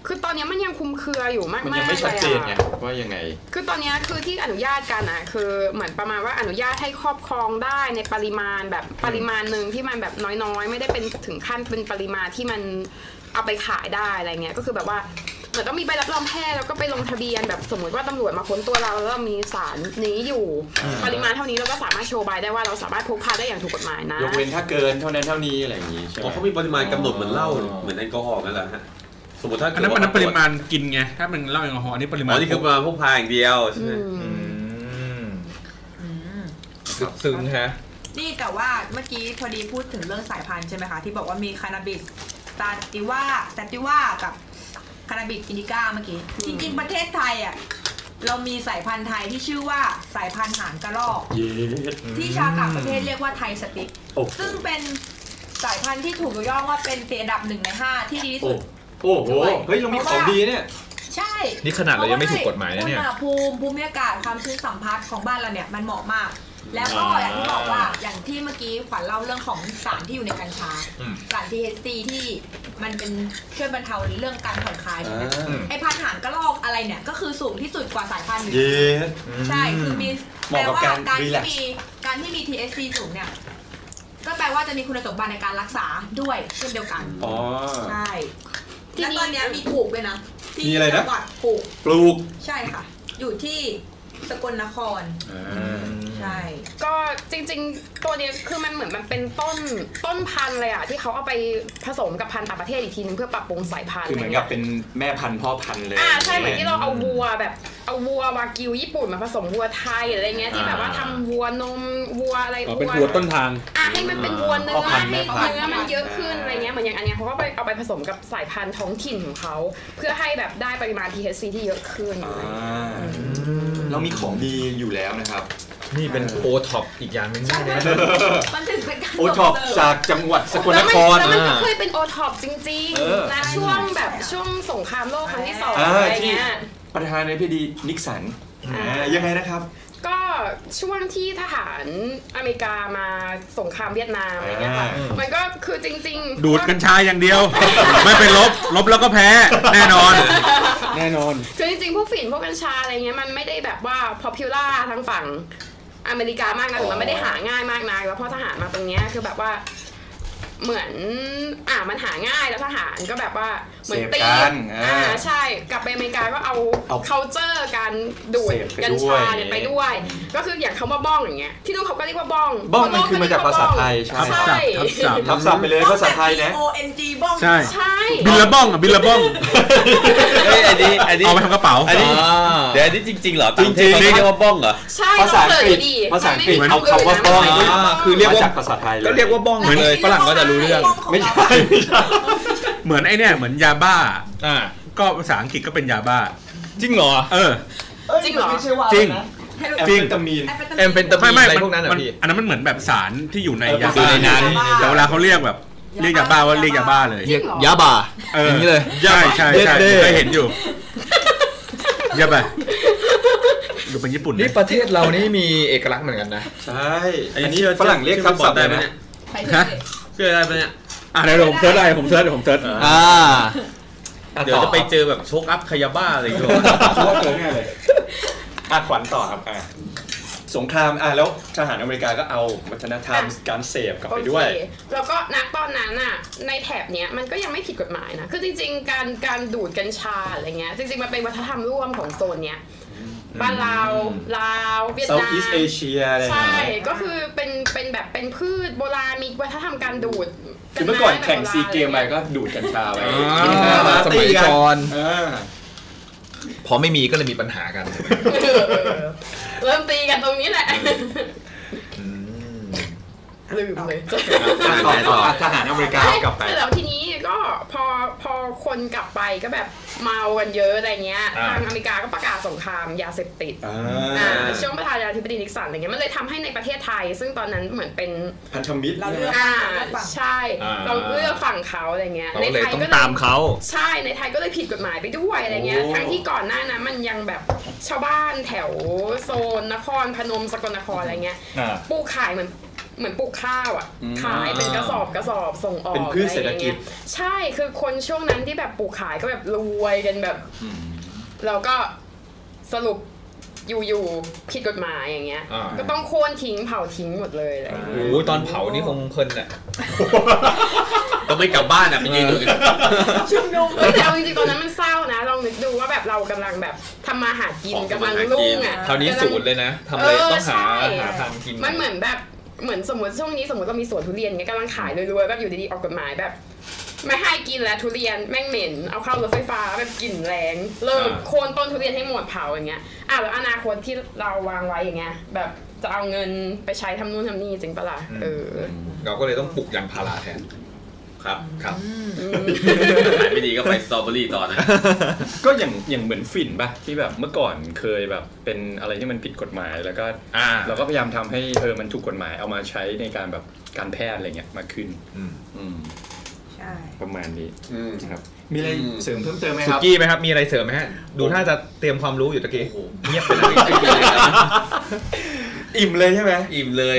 S4: คือตอนเนี้ยมันยังคลุมเครืออยู่มาก
S8: มัน
S4: ๆ
S8: ยังไม่ชัดเจนไง
S4: ลยอะ
S8: ว่ายังไง
S4: คือตอนเนี้ยคือที่อนุญาตกันอ่ะคือเหมือนประมาณว่าอนุญาตให้ครอบครองได้ในปริมาณแบบปริมาณหนึ่งที่มันแบบน้อยๆ ไม่ได้เป็นถึงขั้นเป็นปริมาณที่มันเอาไปขายได้อะไรเงี้ยก็คือแบบว่าเหมือนต้องมีใบรับรองแพทย์แล้วก็ไปลงทะเบียนแบบสมมติว่าตำรวจมาค้นตัวเราแล้วเรามีสารนี้อยู่ปริมาณเท่านี้เราก็สามารถโชว์ใบได้ว่าเราสามารถพกพาได้อย่างถูกกฎหมายนะ
S8: ยกเว้นถ้าเกินเท่านั้นเท่านี้อะไรอย่างนี้ใช่ไห
S1: อ๋
S8: ม
S1: อเขามีปริมาณกำหนดเหมือนเหล้าเหมือนแอลกอฮอล์นั่นแหละฮะสมมติถ้า
S2: อั
S1: เกิด
S2: นนั้นอันนั้นปริ
S1: ณ
S2: มาณกินไงถ้าเป็นเหล้าแอลกอฮอล์อันนี้ปริมา
S1: อ๋
S2: ณ
S1: อนี่คือปริมาณพวกพาอย่างเดียวใช่ไหม
S5: อืมลึกซึ้งฮะ
S6: นี่แต่ว่าเมื่อกี้พอดีพูดถึงเรื่องสายพันธุ์ใช่ไหมคะ ที่บอกว่ามีคานาบิสซาติว่าซาติว่ากับคานาบิสอินดิก้าเมื่อกี้ จริง ๆ ประเทศไทยอ่ะเรามีสายพันธุ์ไทยที่ชื่อว่าสายพันธุ์หางกระรอก ที่ชาวต่างประเทศเรียกว่าไทยสติ๊ก
S8: โอ้โห
S6: ซึ่งเป็นสายพันธุ์ที่ถูกยกย่องว่าเป็นเป็นอันดับหนึ่งในห้าที่ดีที่
S8: โอ้
S6: สุด
S8: โอ้โห เฮ้ย เรามีของดีเนี่ย
S6: ใช่
S5: นี่ขนาดเรายังไม่ถูกกฎหมายนะเนี่ย
S6: พรว่อุณหภูมิภูมิอากาศความชื้นสัมผัสของบ้านเราเนี่ยมันเหมาะมาก แล้วก็อย่างที่บอกว่าอย่างที่เมื่อกี้ขวัญเล่าเรื่องของสารที่อยู่ในกัญชา
S5: อืม
S6: สาร THC ที่มันเป็นช่วยบรรเทาเรื่องการผ่อนคลายใช่ไหม
S5: อืม
S6: ไอพันธุ์หางกระรอกอะไรเนี่ย ก็คือสูงที่สุดกว่าสายพันธุ์อื่น ใช่ คือมี
S8: เห
S6: แปล
S8: มาะกับ
S6: ว่า
S8: การ
S6: การที่
S8: relax
S6: มีการที่มี THC สูงเนี่ย ก็แปลว่าจะมีคุณสมบัติในการรักษาด้วยเช่นเดียวกัน
S8: อ๋อ
S6: ใช่
S4: ที่นี่
S6: และตอนเนี้ยมีปลูกด้วยนะที่
S8: มีอะไรนะ
S6: จังหวัดปลูก
S8: ปลูก
S6: ใช่ค่ะ อยู่ที่สกลนคร ใช่
S4: ก็จริงๆ ตัวเนี้ยคือมันเหมือนมันเป็นต้นต้นพันธุ์เลยอะที่เขาเอาไปผสมกับพันธุ์ต่างประเทศอีกทีนึงเพื่อปรับปรุงสายพันธุ์
S8: คือเหมือนกับเป็นแม่พันธุ์พ่อพันธุ์เลย
S4: อ่าใช่เหมือนที่เราเอาวัวแบบเอาวัววากิวญี่ปุ่นมาผสมวัวไทยอะไรเงี้ยที่แบบว่าทำวัวนมวัวอะไร
S2: อ๋อเป็นหัวต้นทาง
S4: อ่ะให้มันเป็นวัวเนื้
S8: พ่
S4: อ
S8: อพันธุ์แม่
S4: ให้
S8: พันธุ์
S4: เนื้อมันเยอะขึ้นอะไรเงี้ยเหมือนอย่างอันเนี้ยเขาก็ไปเอาไปผสมกับสายพันธุ์ท้องถิ่นของเขาเพื่อให้แบบได้ปริมาณ THC ที่เยอะขึ้น
S8: อ่าเรามีของดีอยู่แล้วนะครับ
S5: นี่เป็นโอท็อปอีกอย่างหนึงแน่เลยนะ
S6: มันถึงเป็นการ
S8: โอท็อป
S6: ส่งเสริม
S8: จากจังหวัดสกล
S4: แล้
S8: น
S4: วมั
S8: คร
S4: แล้วมันก็
S5: อ่า
S4: เคยเป็นโอท็อปจริง
S8: เออ
S4: ๆนะช่วงแบบช่วงสงครามโลกครั้งที่สอง
S8: อ่า
S4: อะไร
S8: ที่
S4: เงี้ย
S8: ประธานาธิบดีนิกสัน
S4: อ่า
S8: อ่ายังไงนะครับ
S4: ก็ช่วงที่ทหารอเมริกามาสงครามเวียดนามอะไรเงี้ยค่ะ
S8: อ่า
S4: มันก็คือจริงๆ
S2: ดูดกัญชาอย่างเดียว ไม่ไปลบ ลบแล้วก็แพ้แน่น อน แน่นอน
S4: คือจริงๆพวกฝิ่นพวกกัญชาอะไรเงี้ยมันไม่ได้แบบว่า popular ทางฝั่งอเมริกามากนะหรือมันไม่ได้หาง่ายมากนะแล้วพอทหารมาตรงเนี้ยคือแบบว่าเหมือนอ่ามันหาง่ายแล้วทหารก็แบบว่าเหมือนตี
S8: เสพกันอ่า
S4: อ่าใช่กลับไปอเมริกาก็เอา
S8: เอา
S4: culture การดูด
S8: เสพไป
S4: กัญ
S8: ด้ว
S4: ชาย เนี่ยไปด้วย ก็คืออย่างคำว่าบ้องอย่างเงี้ยที่นู่นเขาก็เรียกว่าบ้อง
S8: บ้องมัน
S4: โลก
S8: คือมาจากภาษาไทยใช่
S2: ทับ
S8: ค
S2: ศั
S8: รับ
S2: พท์ทับศัพท์
S8: ทับศัพท์ไปเลยภาษาไทยนะ
S6: O N G บ้อง
S2: ใช่
S4: ใช่
S2: บิลละบ้องอ่ะบิลละบ้อง
S3: เฮ้ยอันนี้อันนี้
S2: เอาไปทำกระเป๋า
S3: อันนี้
S5: อ่า
S3: เดี๋ยวอันนี้จริงๆเหรอ
S8: จริงๆ
S3: ต่างประเทศเขาเรียกว่าบ้องเหรอ
S4: ใช่
S8: ภาษาอังก
S4: ลง
S8: ฤษ
S4: เสิชดี
S8: ภาษาอังกฤษ
S4: มัน
S8: เอา
S4: ไม่มี
S8: คำว่า
S4: อื่
S8: บ้อง
S4: นนะ
S5: อ่าคือเรียก
S8: มา
S5: ว่า
S8: จากภาษาไทยเลย
S5: ก็เรียกว่าบ้อง
S2: เหมือน
S5: เลยฝรั่งก็จะรู้เรื่อง
S8: ไม่ใช่
S2: เหมือนไอเนี่ยเหมือนยาบ้า
S5: อ่า
S2: ก็ภาษาอังกฤษก็เป็นยาบ้า
S5: จริงเหรอ
S2: เออ
S4: จริงเหรอ
S2: จริง
S8: แอม
S2: จริง
S8: เฟตามีน
S5: แอมเฟตา
S2: ไม่ไม่
S5: มีอะไร
S2: มั
S5: พวกนั้นเหรอ
S2: มั
S5: พี่
S2: อันนั้นมันเหมือนแบบสารที่อยู่ใน
S8: เออย
S2: า
S8: อยู่
S2: บ้า
S8: ในนั้น
S2: แต่เวลาเขาเรียกแบบเรียกยาบ้าว่าเรียกยาบ้าเลย
S5: เรียกยาบ่า
S2: เออ
S5: อ
S2: อย่าง
S5: นี้เลย
S2: ใช่ใช่ใช่
S5: เด็ดๆ
S2: เคยเห็น อยู่เยอะไปดูเป็นญี่ปุ่น
S5: นี่
S2: นะ
S5: ประเทศเรานี่มีเอกลักษณ์เหมือนกันนะ
S8: ใช่ อันนี้ฝรั่งเรียกคำศัพท์
S1: ได้
S8: ได้
S1: ไหม
S8: ไหม
S1: เนี่ย
S6: ไปเถอะ
S1: เชื่อได้ปะเนี่ย
S2: อ่ะเดี๋ยวผมเซิร์ชอะไรผมเซิร์ชผมเซิร์ช
S5: อ่า
S1: เดี๋ยวจะไปเจอแบบโชคอัพขยาบ้าอะไรอย่างเงี้ย
S8: ชั่วเกินแน่เลยอ่ะขวัญต่อครับอ่ะสงครามอ่ะแล้วทหารอเมริกาก็เอาวัฒนธรรมการเสพกลับไปด้วย
S4: โอเคแล้วก็ณตอนนั้นน่ะในแถบเนี้ยมันก็ยังไม่ผิดกฎหมายนะ คือจริงๆ การการดูดกัญชาอะไรเงี้ยจริงๆ มันเป็นวัฒนธรรมร่วมของโซนเนี้ย บ้านเราลาวเวียด
S8: เซาท์
S4: นา
S8: อีส
S4: ม
S8: เอเชียอะไรอย่าง
S4: ใช่
S8: เงี้ย
S4: ก็คือเป็นเป็นแบบเป็นพืชโบราณมีวัฒนธรรมการดูด
S8: คือเมื่อก่อนแข่ง
S4: บบโบราณ
S8: ซีเกมไปก็ดูดกัญชาไว้
S2: อ่า
S5: สมัยก่อน
S8: อ่า
S5: พอไม่มีก็เลยมีปัญหากัน
S4: เออเริ่มตีกันตรงนี้แหละลืมเลย
S8: ต่อต่อทหารอเมริกากลับไป
S4: เสร็จแล้วทีนี้ก็พอพอคนกลับไปก็แบบเมากันเยอะอะไรเงี้ย
S8: อ่า
S4: ทางอเมริกาก็ประกาศสงครามยาเสพติด
S8: อ่า
S4: อ่าช่วงประธานาธิบดีนิกสันอะไรเงี้ยมันเลยทำให้ในประเทศไทย ซึ่งตอนนั้นเหมือนเป็น
S8: พันธมิตร
S6: เราเลือก
S4: อ่า
S6: ฝั่ง
S4: ใช่
S5: อ่า
S4: เราเลือกฝั่งเขาอะไรเงี้ย
S5: เรา
S4: ใน
S5: เลย
S4: ไทย
S5: ต้อง
S4: ก็
S5: ตามเขา
S4: ใช่ในไทยก็เลยผิดกฎหมายไปด้วยอะไรเงี้ย
S8: โอ้
S4: ทั้งที่ก่อนหน้านั้นมันยังแบบชาวบ้านแถวโซนนครพนมสกลนครอะไรเงี้ย
S8: อ่า
S4: ปลูกขายเหมือนเหมือนปลูกข้าวอ่ะ
S8: อืม
S4: ขายเป็นกระสอบกระสอบส่งออก
S8: เป็นพืชเศรษฐกิจ
S4: อะไอย่งเงี้ยใช่คือคนช่วงนั้นที่แบบปลูกขายก็แบบรวยกันแบบแล้วก็สรุปอยู่ๆผิดกฎหมายอย่างเงี้ย
S5: อ่า
S4: ก็ต้องโค่นทิ้งเผาทิ้งหมดเลยอะไรอย่างเงี้ย
S5: โอ้ยตอนเผานี่คงเพลินอ่ะ
S3: ต้องไม่กลับบ้านอ่ะไปยืนอยู่ อื่น
S6: ชุมนุม
S4: เฮ้ยแต่เอาจริงๆตอนนั้นมันเศร้านะลองนึกดูว่าแบบเรากำลังแบบทำมาหากิน
S3: ออก
S4: กำ
S3: ทำ
S4: ลั
S3: มาง หากิน
S4: รุ่งอ่ะ
S5: คราวนี้
S4: กำลัง
S5: ศูนย์เลยนะทำเลยต้องหา
S4: เใช่
S5: หาทางกิน
S4: มันเหมือนแบบเหมือนสมมติช่วงนี้สมมติเรามีสวนทุเรียนเงี้ยกำลังขายรวยๆแบบอยู่ดีๆออกกฎหมายแบบ ไม่ให้กินแล้วทุเรียนแม่งเหม็นเอาเข้ารถไฟฟ้าแบบกลิ่นแรงเลิก
S5: อ่า
S4: โค่นต้นทุเรียนให้หมดเผาอย่างเงี้ยอ่ะแล้วอนาคตที่เราวางไว้อย่างเงี้ยแบบจะเอาเงินไปใช้ทำนู่นทำนี่จริงปะล่ะเออ
S5: เราก็เลยต้องปลูกยางพาราแทน
S3: ครับ
S5: ครับ
S4: อืม
S3: ขายไม่ดีก็ไปสตรอเบอรี่ต่อนะ
S8: ก็อย่างอย่างเหมือนฝิ่นป่ะที่แบบเมื่อก่อนเคยแบบเป็นอะไรที่มันผิดกฎหมายแล้วก็
S5: อ่า
S8: เราก็พยายามทำให้เออมันถูกกฎหมายเอามาใช้ในการแบบการแพทย์อะไรเงี้ยมากขึ้น
S5: อืม
S8: อืม
S6: ใช่
S8: ประมาณนี้
S3: อืม
S8: ครับมีอะไร
S3: อืม
S8: เสริมเพิ่มเติมไหม
S5: สุ
S8: ครับ
S5: กี้ไหมครับ มีอะไรเสริมไหมฮะ ดูน่าจะเตรียมความรู้อยู่ตะกี้
S3: โอ้โห
S5: เงียบไปเลย
S8: อิ่มเลยใช่ไหม
S3: อิ่มเลย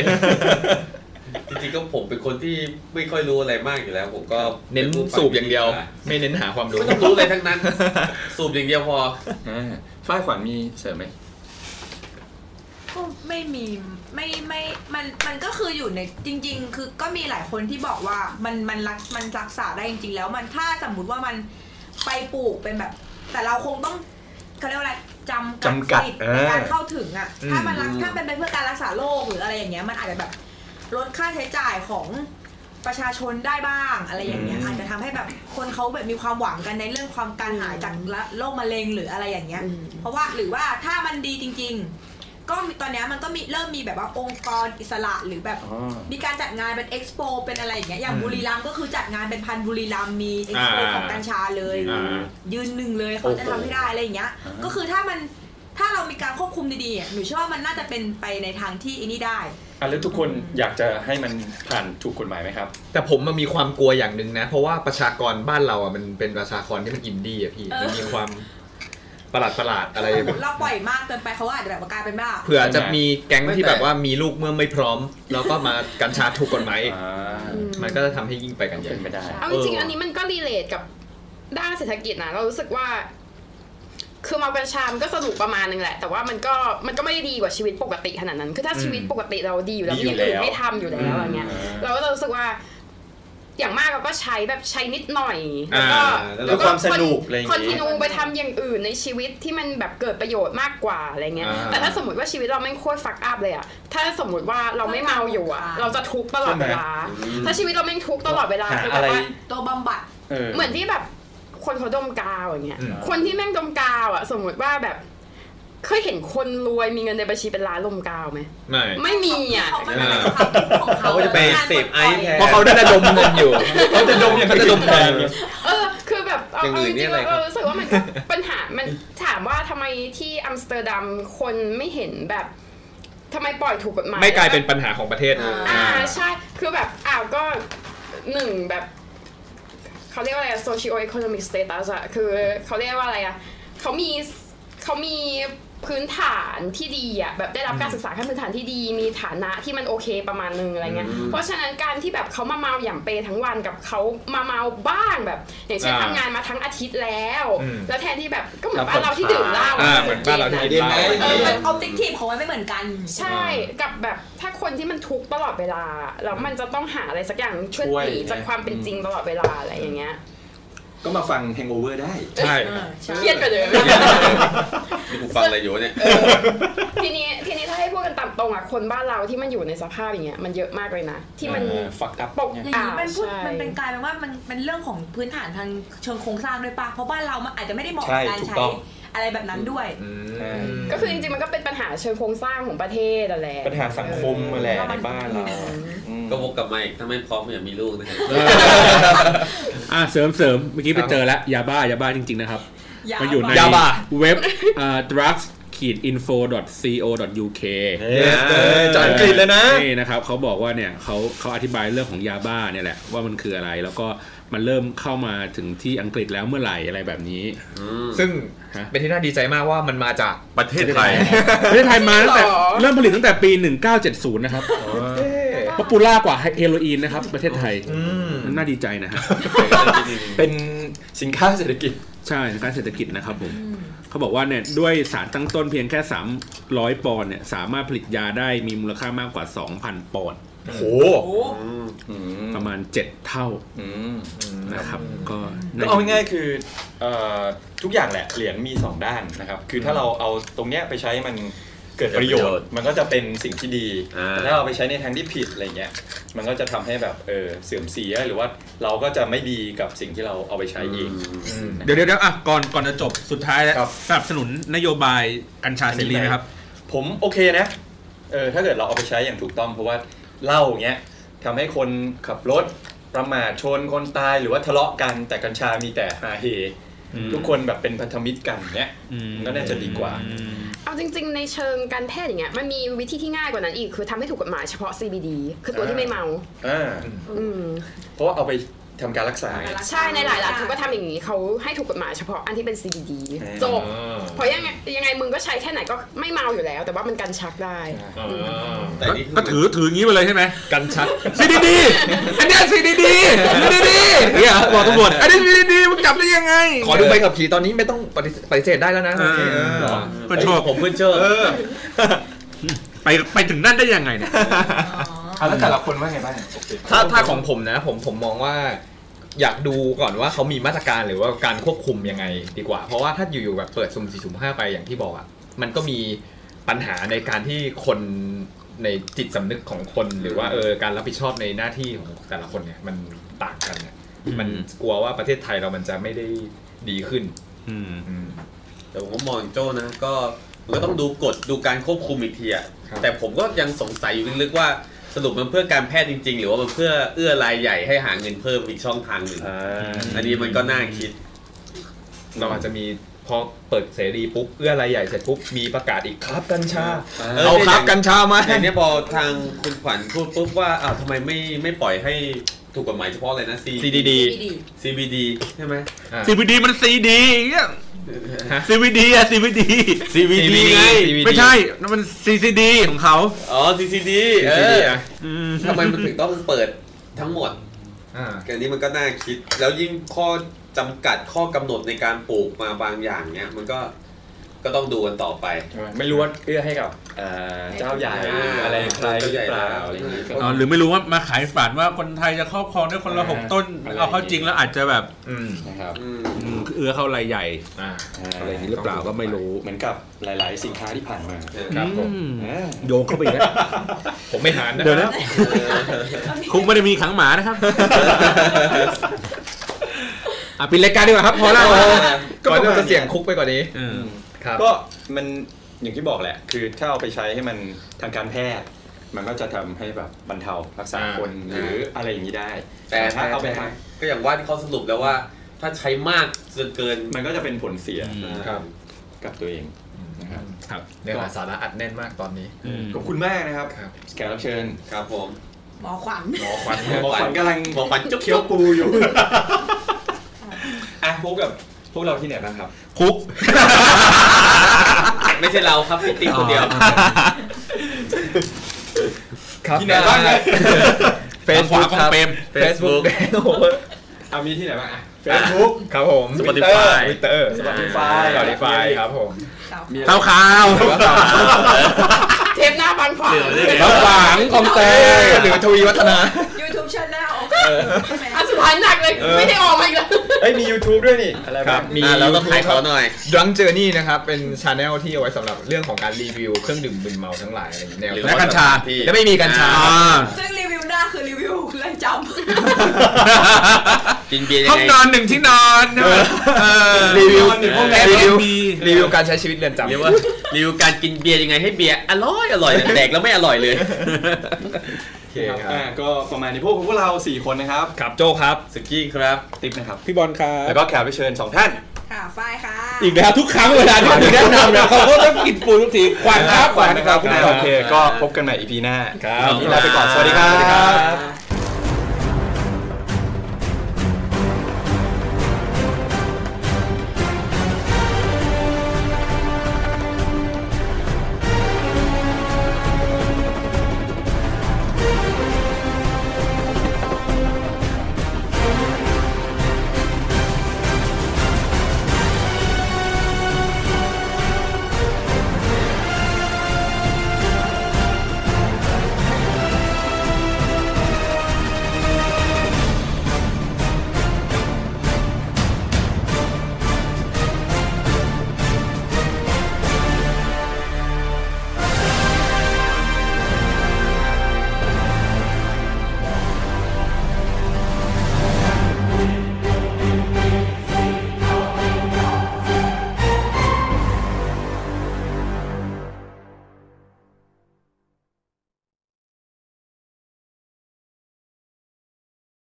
S3: จริงๆก็ผมเป็นคนที่ไม่ค่อยรู้อะไรมากอยู่แล้ว ผมก็
S5: เน้นสูบอย่างเดียว ไม่เน้นหาความรู้
S3: ไม่ต้องรู้อะไรทั้งนั้น สูบอย่างเดียวพอ
S8: อ่าฝ้ายขวัญมีเสริมไหม
S6: ก็ไม่มีไม่ไม่มันมันก็คืออยู่ในจริง ๆ คือก็มีหลายคนที่บอกว่ามันมันรักมันรักษาได้จริง ๆ แล้วมันถ้าสมมติว่ามันไปปลูกเป็นแบบ แต่เราคงต้องเขาเรียกว่าอะไรจำกัด
S8: จำกัด
S6: สิทธิ์
S8: เออ
S6: ในการเข้าถึงอ่ะ
S5: อืม
S6: ถ้ามันรักถ้าเป็นไปเพื่อการรักษาโรคหรืออะไรอย่างเงี้ยมันอาจจะแบบลดค่าใช้จ่ายของประชาชนได้บ้างอะไรอย่างเงี้ยอาจจะทำให้แบบคนเขาแบบมีความหวังกันในเรื่องความการหายจากละโรคมะเร็งหรืออะไรอย่างเงี้ย
S4: อืม
S6: เพราะว่าหรือว่าถ้ามันดีจริง ๆ ก็มีตอนเนี้ยมันก็มีเริ่มมีแบบว่าองค์กรอิสระหรือแบบ
S8: อ๋อ
S6: มีการจัดงานเป็นเอ็กซ์โปเป็นอะไรอย่างเงี้ยอย่างบุรีรัมย์ก็คือจัดงานเป็นพันบุรีรัมย์มีเอ็กซ์โป
S5: อ่า
S6: ของกัญชาเลย
S5: อ่า
S6: ยืนหนึ่งเลยเขาจะทำให้ได้อะไรอย่างเงี้ย
S8: อ่า
S6: ก็คือถ้ามันถ้าเรามีการควบคุมดีๆอ่ะหนูเชื่อว่ามันน่าจะเป็นไปในทางที่อันนี้ได้
S8: อ่ะแล้วทุกคนอยากจะให้มันผ่านถูกกฎหมายไหมครับ
S5: แต่ผมมันมีความกลัวอย่างหนึ่งนะ เพราะว่าประชากรบ้านเราอ่ะมันเป็นประชากรที่มันอินดี้อ่ะพี่
S6: เออ
S5: มันมีความประหลาดประหลาดๆอะไร
S6: ถ้าสม
S5: แบ
S6: ม
S5: บ
S6: ติเราปล่อยมากเกินไปเขาอาจจะแบบว่ากลายเป็นบ้า
S5: เผื่อจะมีแก๊งที่แบบว่ามีลูกเมื่อไม่พร้อม แล้วก็มากัญชาถูกกฎหมายอีก
S8: อ่า
S5: มันก็จะทำให้ยิ่งไปกันใหญ่
S8: เป็นไปได้
S4: เอาจริง
S5: เออ
S4: ๆ
S5: ว่ะ
S4: อันนี้มันก็รีเลทกับด้านเศรษฐกิจนะเรารู้สึกว่า คือมากัญชามันก็สนุกประมาณนึงแหละ แต่ว่ามันก็มันก็ไม่ได้ดีกว่าชีวิตปกติขนาดนั้น คือถ้าชีวิตปกติเราดีอยู่แล้ว
S8: ดี
S4: มี
S8: อยู่
S4: อย่างอื่น
S8: แล้ว
S4: ให้ทำอยู่แล้วอะไรเงี้ย
S8: อืม
S4: เราก็จะรู้สึกว่า อย่างมากเราก็ใช้แบบใช้นิดหน่อย แล้วก็
S5: อ่าแล้วก็
S8: ความสนุกอะไรอย่างงี้
S4: คอนติเนียไปทำอย่างอื่นในชีวิตที่มันแบบเกิดประโยชน์มากกว่าอะไรเงี้ย
S8: อ่า
S4: แต่ถ้าสมมติว่าชีวิตเราไม่งโคตรฟักอัพเลยอะถ้าสมมติว่าเราไม่เมาอยู่อะเราจะทุกข์ตลอดเวลา ถ้าชีวิตเราไม่งทุกข์ตลอดเวลา
S8: หา
S4: คือ
S8: อะ
S4: แบบ
S8: ไร
S4: ว่า
S6: ตัวบำบัด
S8: เออ
S4: เหมือนที่แบบคนเขาดมกาวอย่างเงี้ย
S5: อืม
S4: คนที่แม่งดมกาวอ่ะ สมมติว่าแบบ เคยเห็นคนรวยมีเงินในบัญชีเป็นล้านลมกาวไหม
S5: ไม่
S4: ไม่มีอ่ะ
S6: เขาไม่ได้เป็นความทุกข์ของเขา
S5: เขาจะไป
S6: กรลดปล่ย
S3: เสพไอซ์แทน
S5: เพราะเขาได้ระดมเงินอยู่
S8: เขาจะดมอย่าง
S5: เขาจะดมแทน
S4: เออ คือแบบเอา
S3: อย่างอื่
S4: เอาจ
S3: นเนี่
S4: ริ
S3: ย
S4: ง
S3: อะไร
S4: ๆ
S3: ครั
S4: เรา
S3: บ
S4: รู้สึกว่ามันก็ ปัญหา มันถามว่าทำไมที่อัมสเตอร์ดัมคนไม่เห็นแบบทำไมปล่อยถูกกฎหมาย
S5: ไม่กลายเป็นปัญหาของประเทศ
S6: อ่า
S4: อ่าใช่คือแบบอ้าวก็หนึ่งแบบเขาเรียกว่าอะไร socio economic status อะคือเขาเรียกว่าอะไรอะเขามีเขามีพื้นฐานที่ดีอะแบบได้รับการศึกษาขั้นพื้นฐานที่ดี มีฐานะที่มันโอเคประมาณนึงอะไรเงี้ยเพราะฉะนั้นการที่แบบเขามาเมาหย่ำเปทั้งวันกับเขามาเมาบ้างแบบ อย่างเช่น
S5: อ่า
S4: ทำงานมาทั้งอาทิตย์แล้ว
S5: อืม
S4: แล้วแทนที่แบบก็เหมือนบ้านเราที่ดื่มเหล้า
S5: อ่าเหมือนบ้านเราที่กินเหล้า
S6: เออมันออบเจกตีฟของมันไม่เหมือนกัน
S4: ใช่กับแบบถ้าคนที่มันทุกข์ตลอดเวลาแล้วมันจะต้องหาอะไรสักอย่างช่วย
S8: ช่วย
S4: หนีจากความเป็นจริงตลอดเวลาอะไรอย่างเงี้ย
S8: ก็มาฟัง Hangover ได้
S5: ใช่
S6: อ่าใช่
S4: เครียดกว่าเดิม
S3: นี่กูฟังอะไรอยู่วะเนี่ย
S4: ทีนี้ทีนี้ถ้าให้พูดกันตามตรงอ่ะคนบ้านเราที่มันอยู่ในสภาพอย่างเงี้ยมันเยอะมากเลยนะ ที่มัน
S8: ฟักอัพ
S4: ปก
S6: อย่างนี้มันพูด
S4: อ่าใช่
S6: มันเป็นกลายเป็นว่ามันเป็นเรื่องของพื้นฐานทางเชิงโครงสร้างด้วยปะเพราะบ้านเรามันอาจจะไม่ได้เหมาะกับการ
S8: ใช่ถูก
S6: ใช้
S8: ต้อง
S6: อะไรแบบนั้นด้วย
S4: ก็คือจริงๆมันก็เป็นปัญหาเชิงโครงสร้างของประเทศอะแหละ
S8: ปัญหาสังคมมาแหละในบ้านเราอืม
S3: ก็วกกลับมาอีกถ้าไม่พร้อมอย่ามีลูกนะครับ
S2: อ่ะเสริมเสริมเมื่อกี้ไปเจอแล้วยาบ้ายาบ้าจริง ๆ นะครับ มันอยู่ใน
S5: ยาบ้า
S2: เว็บ อ่า drugs info co uk
S8: เฮ้ยเออจอดกรีดเลยนะ
S2: นี่นะครับเขาบอกว่าเนี่ยเขาเขาอธิบายเรื่องของยาบ้าเนี่ยแหละว่ามันคืออะไรแล้วก็มันเริ่มเข้ามาถึงที่อังกฤษแล้วเมื่อไหร่อะไรแบบนี้
S5: ซึ่ง
S2: ฮะ
S5: เป็นที่น่าดีใจมากว่ามันมาจาก
S3: ประเทศไทย
S2: ประเทศไทยมาตั้งแต่เริ่มผลิตตั้งแต่ปี 1970 นะครับป๊อปปูล่ากว่าเฮโรอีนนะครับ ประเทศไทย
S5: ม
S2: น่าดีใจนะครับ
S8: เป็นสินค้าเศรษฐกิจ
S2: ใช่ทางการเศรษฐกิจนะครับผมเขาบอกว่าเนี่ยด้วยสารตั้งต้นเพียงแค่ 300 ปอนด์เนี่ยสามารถผลิตยาได้มีมูลค่ามากกว่า 2,000 ปอนด์
S8: โอ้โหอืม
S2: ประมาณ 7 เท่า
S8: อืม
S2: นะครับ ก็
S8: ก็เอาง่ายๆคือเอ่อทุกอย่างแหละ เหรียญมี 2 ด้านนะครับ คือถ้าเราเอาตรงเนี้ยไปใช้มันเกิดประโยชน์ มันก็จะเป็นสิ่งที่ดี
S3: อ่า
S8: แต่ถ้าเราไปใช้ในทางที่ผิดอะไรเงี้ย มันก็จะทำให้แบบเออเสื่อมเสียหรือว่าเราก็จะไม่ดีกับสิ่งที่เราเอาไปใช้เอง
S2: เดี๋ยวเดี๋ยวๆๆอ่ะก่อนก่อนจะจบสุดท้ายแล้ว
S8: ครับ
S2: สนับสนุนนโยบายกัญชาเสรีไหมครับ
S8: ผมโอเคนะ เออถ้าเกิดเราเอาไปใช้อย่างถูกต้อง เพราะว่าเหล้าอย่างเงี้ยทำให้คนขับรถประมาทชนคนตายหรือว่าทะเลาะกันแต่กัญชามีแต่ฮาเฮทุกคนแบบเป็นพันธมิตรกันเนี้ย
S2: อืม
S8: ก็น่าจะดีกว่า
S4: เอาจริง ๆ ในเชิงการแพทย์อย่างเงี้ยมันมีวิธีที่ง่ายกว่านั้นอีกคือทำให้ถูกกฎหมายเฉพาะ CBD คือตัวที่ไม่เมา
S8: อ่า
S4: อืม
S8: เพราะว่าเอาไปทำการรักษาไง
S4: ใช่ในหลายรัฐเขาก็ทำอย่างนี้เขาให้ถูกกฎหมายเฉพาะอันที่เป็น CBD
S8: อ่า
S4: จบเพราะยังไงยังไงมึงก็ใช้แค่ไหนก็ไม่เมาอยู่แล้ว แต่ว่ามันกันชักได้
S3: แต่นี่
S2: ก็ถือถืออย่างนี้ไปเลยใช่ไหม
S5: กันชัด
S2: ซีดีดีอันเนี้ยซีดีดีซีดีดีเนี่ยบอกตำรวจอันนี้ซีดีดีมึงจับได้ยังไง
S5: ขอดูใบขับขี่ตอนนี้ไม่ต้องปฏิเสธปฏิเสธได้แล้วนะ
S2: เออ
S5: เออ
S2: เป็นโชค
S3: ผมเพื่อนเชื่อ
S2: ไปไปถึงนั่นได้ยังไงเนี่ย
S8: อ่ะแล้วแต่ละคนว่าไงบ้าง
S5: ถ้าถ้าของผมนะ ผมผมมองว่า อยากดูก่อนว่าเขามีมาตรการหรือว่าการควบคุมยังไงดีกว่า เพราะว่าถ้าอยู่ๆแบบเปิดสุ่มสี่สุ่มห้าไปอย่างที่บอกอ่ะมันก็มีปัญหาในการที่คนในจิตสำนึกของคนหรือว่าเออการรับผิดชอบในหน้าที่ของแต่ละคนเนี่ย มันต่างกันเนี่ย
S2: อืม
S5: มันกลัวว่าประเทศไทยเรามันจะไม่ได้ดีขึ้น
S2: อืม
S3: แต่ผมก็มองโจ้นะก็มันก็ต้องดูกฎดูการควบคุมอีกทีอะ
S5: ครับ
S3: แต่ผมก็ยังสงสัยอยู่ลึกๆว่าสรุปมันเพื่อการแพทย์จริง ๆ หรือว่ามันเพื่อเอื้อรายใหญ่ให้หาเงินเพิ่มอีกช่องทางหนึ่งอันนี้มันก็น่าคิด
S5: เราอาจจะมีพอเปิดเสรีปุ๊บเอื้อรายใหญ่เสร็จปุ๊บมีประกาศอีกครับกัญชา
S3: เออ
S5: เอาครับกัญชามา
S3: แต่เนี้ยพอทางคุณขวัญพูดปุ๊บว่าอ้าวทำไมไม่ไม่ปล่อยให้ถูกกฎหมายเฉพาะเลยนะ C
S5: CDD
S3: CBD ใช่ไหม
S2: CBD มัน CD อย่างเงี้ย CBD อะ CBD
S5: CBD
S2: ไง
S5: CBD
S2: ไม่ใช่นั่นมัน CCD ของเขา
S3: อ๋อ CCD เอ
S5: CCD
S3: อ
S5: อ่ะ
S2: อืม
S3: ทำไมมันถึงต้องเปิดทั้งหมด
S5: อ่า
S3: อันนี้มันก็น่าคิด แล้วยิ่งข้อจำกัดข้อกำหนดในการปลูกมาบางอย่างเนี้ยมันก็ก็ต้องดูกันต่อไป
S8: ไม่รู้ว่าเอื้อให้กับเอ่อเจ้าใหญ่หรืออะไรใครหรือเปล่าอะไรอย่างงี้
S2: อ๋อหรือไม่รู้ว่ามาขายฝันว่าคนไทยจะครอบครองได้คนละหกต้น
S8: อะไร
S2: เอาเข้าจริงแล้วอาจจะแบบ
S5: อืม
S8: นะครับ
S3: อืม
S2: อืมเอื้อเข้ารายใหญ่
S5: อ่า
S2: อะไรอย่างนี้หรือเปล่าก็ไม่รู้
S8: เหมือนกับหลาย ๆ สินค้าที่ผ่านมา
S3: เออ
S8: ครับผม
S2: อืม
S8: อ่า
S2: โยงเข้าไปอีกแล้ว
S5: ผมไม่หานนะ
S2: เดี๋ยวนะ
S3: เออ
S2: คุกไม่ได้มีขังหมานะครับ อ่ะปิดรายการดีกว่าครับพอแล้ว
S5: ก็มันจะเสี่ยงคุกไปกว่านี้
S2: เออ
S5: ครับ
S8: ก็มันอย่างที่บอกแหละ คือถ้าเอาไปใช้ให้มันทางการแพทย์ มันก็จะทำให้แบบบรรเทารักษา
S5: อ่า
S8: คนหรืออะไรอย่างนี้ได้
S3: แต่
S8: แต่
S3: ถ้า
S8: ถ้า
S3: เอา
S8: เอา
S3: ไป
S8: ไป
S3: ทา
S8: ทาง ง
S3: ก็อย่างว่าที่เขาสรุปแล้วว่า ถ้าใช้มากจนเกิน
S8: มันก็จะเป็นผลเสีย
S2: อืม
S5: ครับ
S8: กับตัวเองนะครับ
S2: ครับ
S5: เนื้อหาสาระอัดแน่นมากตอนนี้
S2: อืม
S8: ขอบคุณมากนะครับ
S5: ครับ
S8: แขกรับเชิญ
S3: ครับผม
S6: หมอขวัญ
S8: หมอขวัญ
S3: ห
S8: ห
S3: ม
S8: ม
S3: อ
S8: อ
S3: ข
S8: ข
S3: วั
S8: วั
S3: ญ
S8: ญกำลัง
S3: หมอขวัญจุ๊บ
S8: เคี้ยวปูอยู่ อ่ะพบกับพวกเราที่ไหนบ้างครับ
S2: คุก
S3: ไม่ใช่เราครับพี่ติ๊กคนเดียว
S5: ครับ
S8: ที่ไหนบ้างนะ
S5: เฟซบุ๊กครับ
S2: ขวาของเปรม
S5: Facebook โอ้โห
S8: เอามีที่ไหนบ้างอ่ะ
S5: ครับผม
S3: Spotify
S5: ทวิตเตอร์
S8: Spotify
S5: สปอติฟายครับผม
S2: ข่าวข่าว
S4: เทปหน้าบางขวาง
S2: ระหว่างคอมเตอ
S5: เออ
S2: ร์
S5: หรือทวีวัฒนา
S6: YouTube Channel
S4: อันสุดท้ายหนักเลย ไม่ได้ออกมาอีกแล้ว
S8: เฮ้ยมี YouTube ด้วยนี่ อะไร
S5: ครับ
S8: ้า
S5: บ
S8: ง
S5: มี
S3: อ่ะเราต้องขายเขาหน่อย
S5: Drunk Journey นะครับ เป็นชาแนลที่เอาไว้สำหรับเรื่องของการรีวิวเครื่องดื่มมึนเมาทั้งหลายอะไรอย่างเงี้ยแนว
S3: หรือ
S2: และ
S3: ว่า
S2: กัญชา
S5: และไม่มีกัญชา
S3: อ่า
S6: ซึ่งรีวิวหน้าคือรีวิวเรื่องจ
S3: กินเบียร์ยั
S2: ห้อง ง
S3: ไง
S2: นอนหนึ่งที่นอนใช่ไหมเออ
S5: รีวิว
S2: ห้องนอนหนึ่งห้องแอร์
S5: รีวิว
S2: มี
S5: รีวิวการใช้ชีวิตเรือนจำ
S3: เรียกว่ารีวิวการกินเบียร์ยังไงให้เบียร์อร่อยอร่อยแต่แดกแล้วไม่อร่อยเลย
S8: โอเคครับอ่าก็ประมาณนี้พวกพวกเรา 4 คนนะครับ
S5: ครับโจครับ
S3: สุกี้ครับ
S8: ติ๊บนะครับ
S2: พี่บอลครั
S8: แล้ว
S2: บ
S8: ก็แขกรับเชิญ 2 ท่าน
S6: ำค่ะฝ้ายค่ะ
S2: อีกแล้วทุกครั้งเวลาที่ผมแนะนำนะเขาก็ต้องกินปูทุกทีขวัญครับขวัญนะครับคุณนาย
S8: โอเค ก็พบกันใหม่ EP หน้า
S5: ครับ
S8: วันนี้ลาไปก่อน สวัสดีครับ
S5: ครับ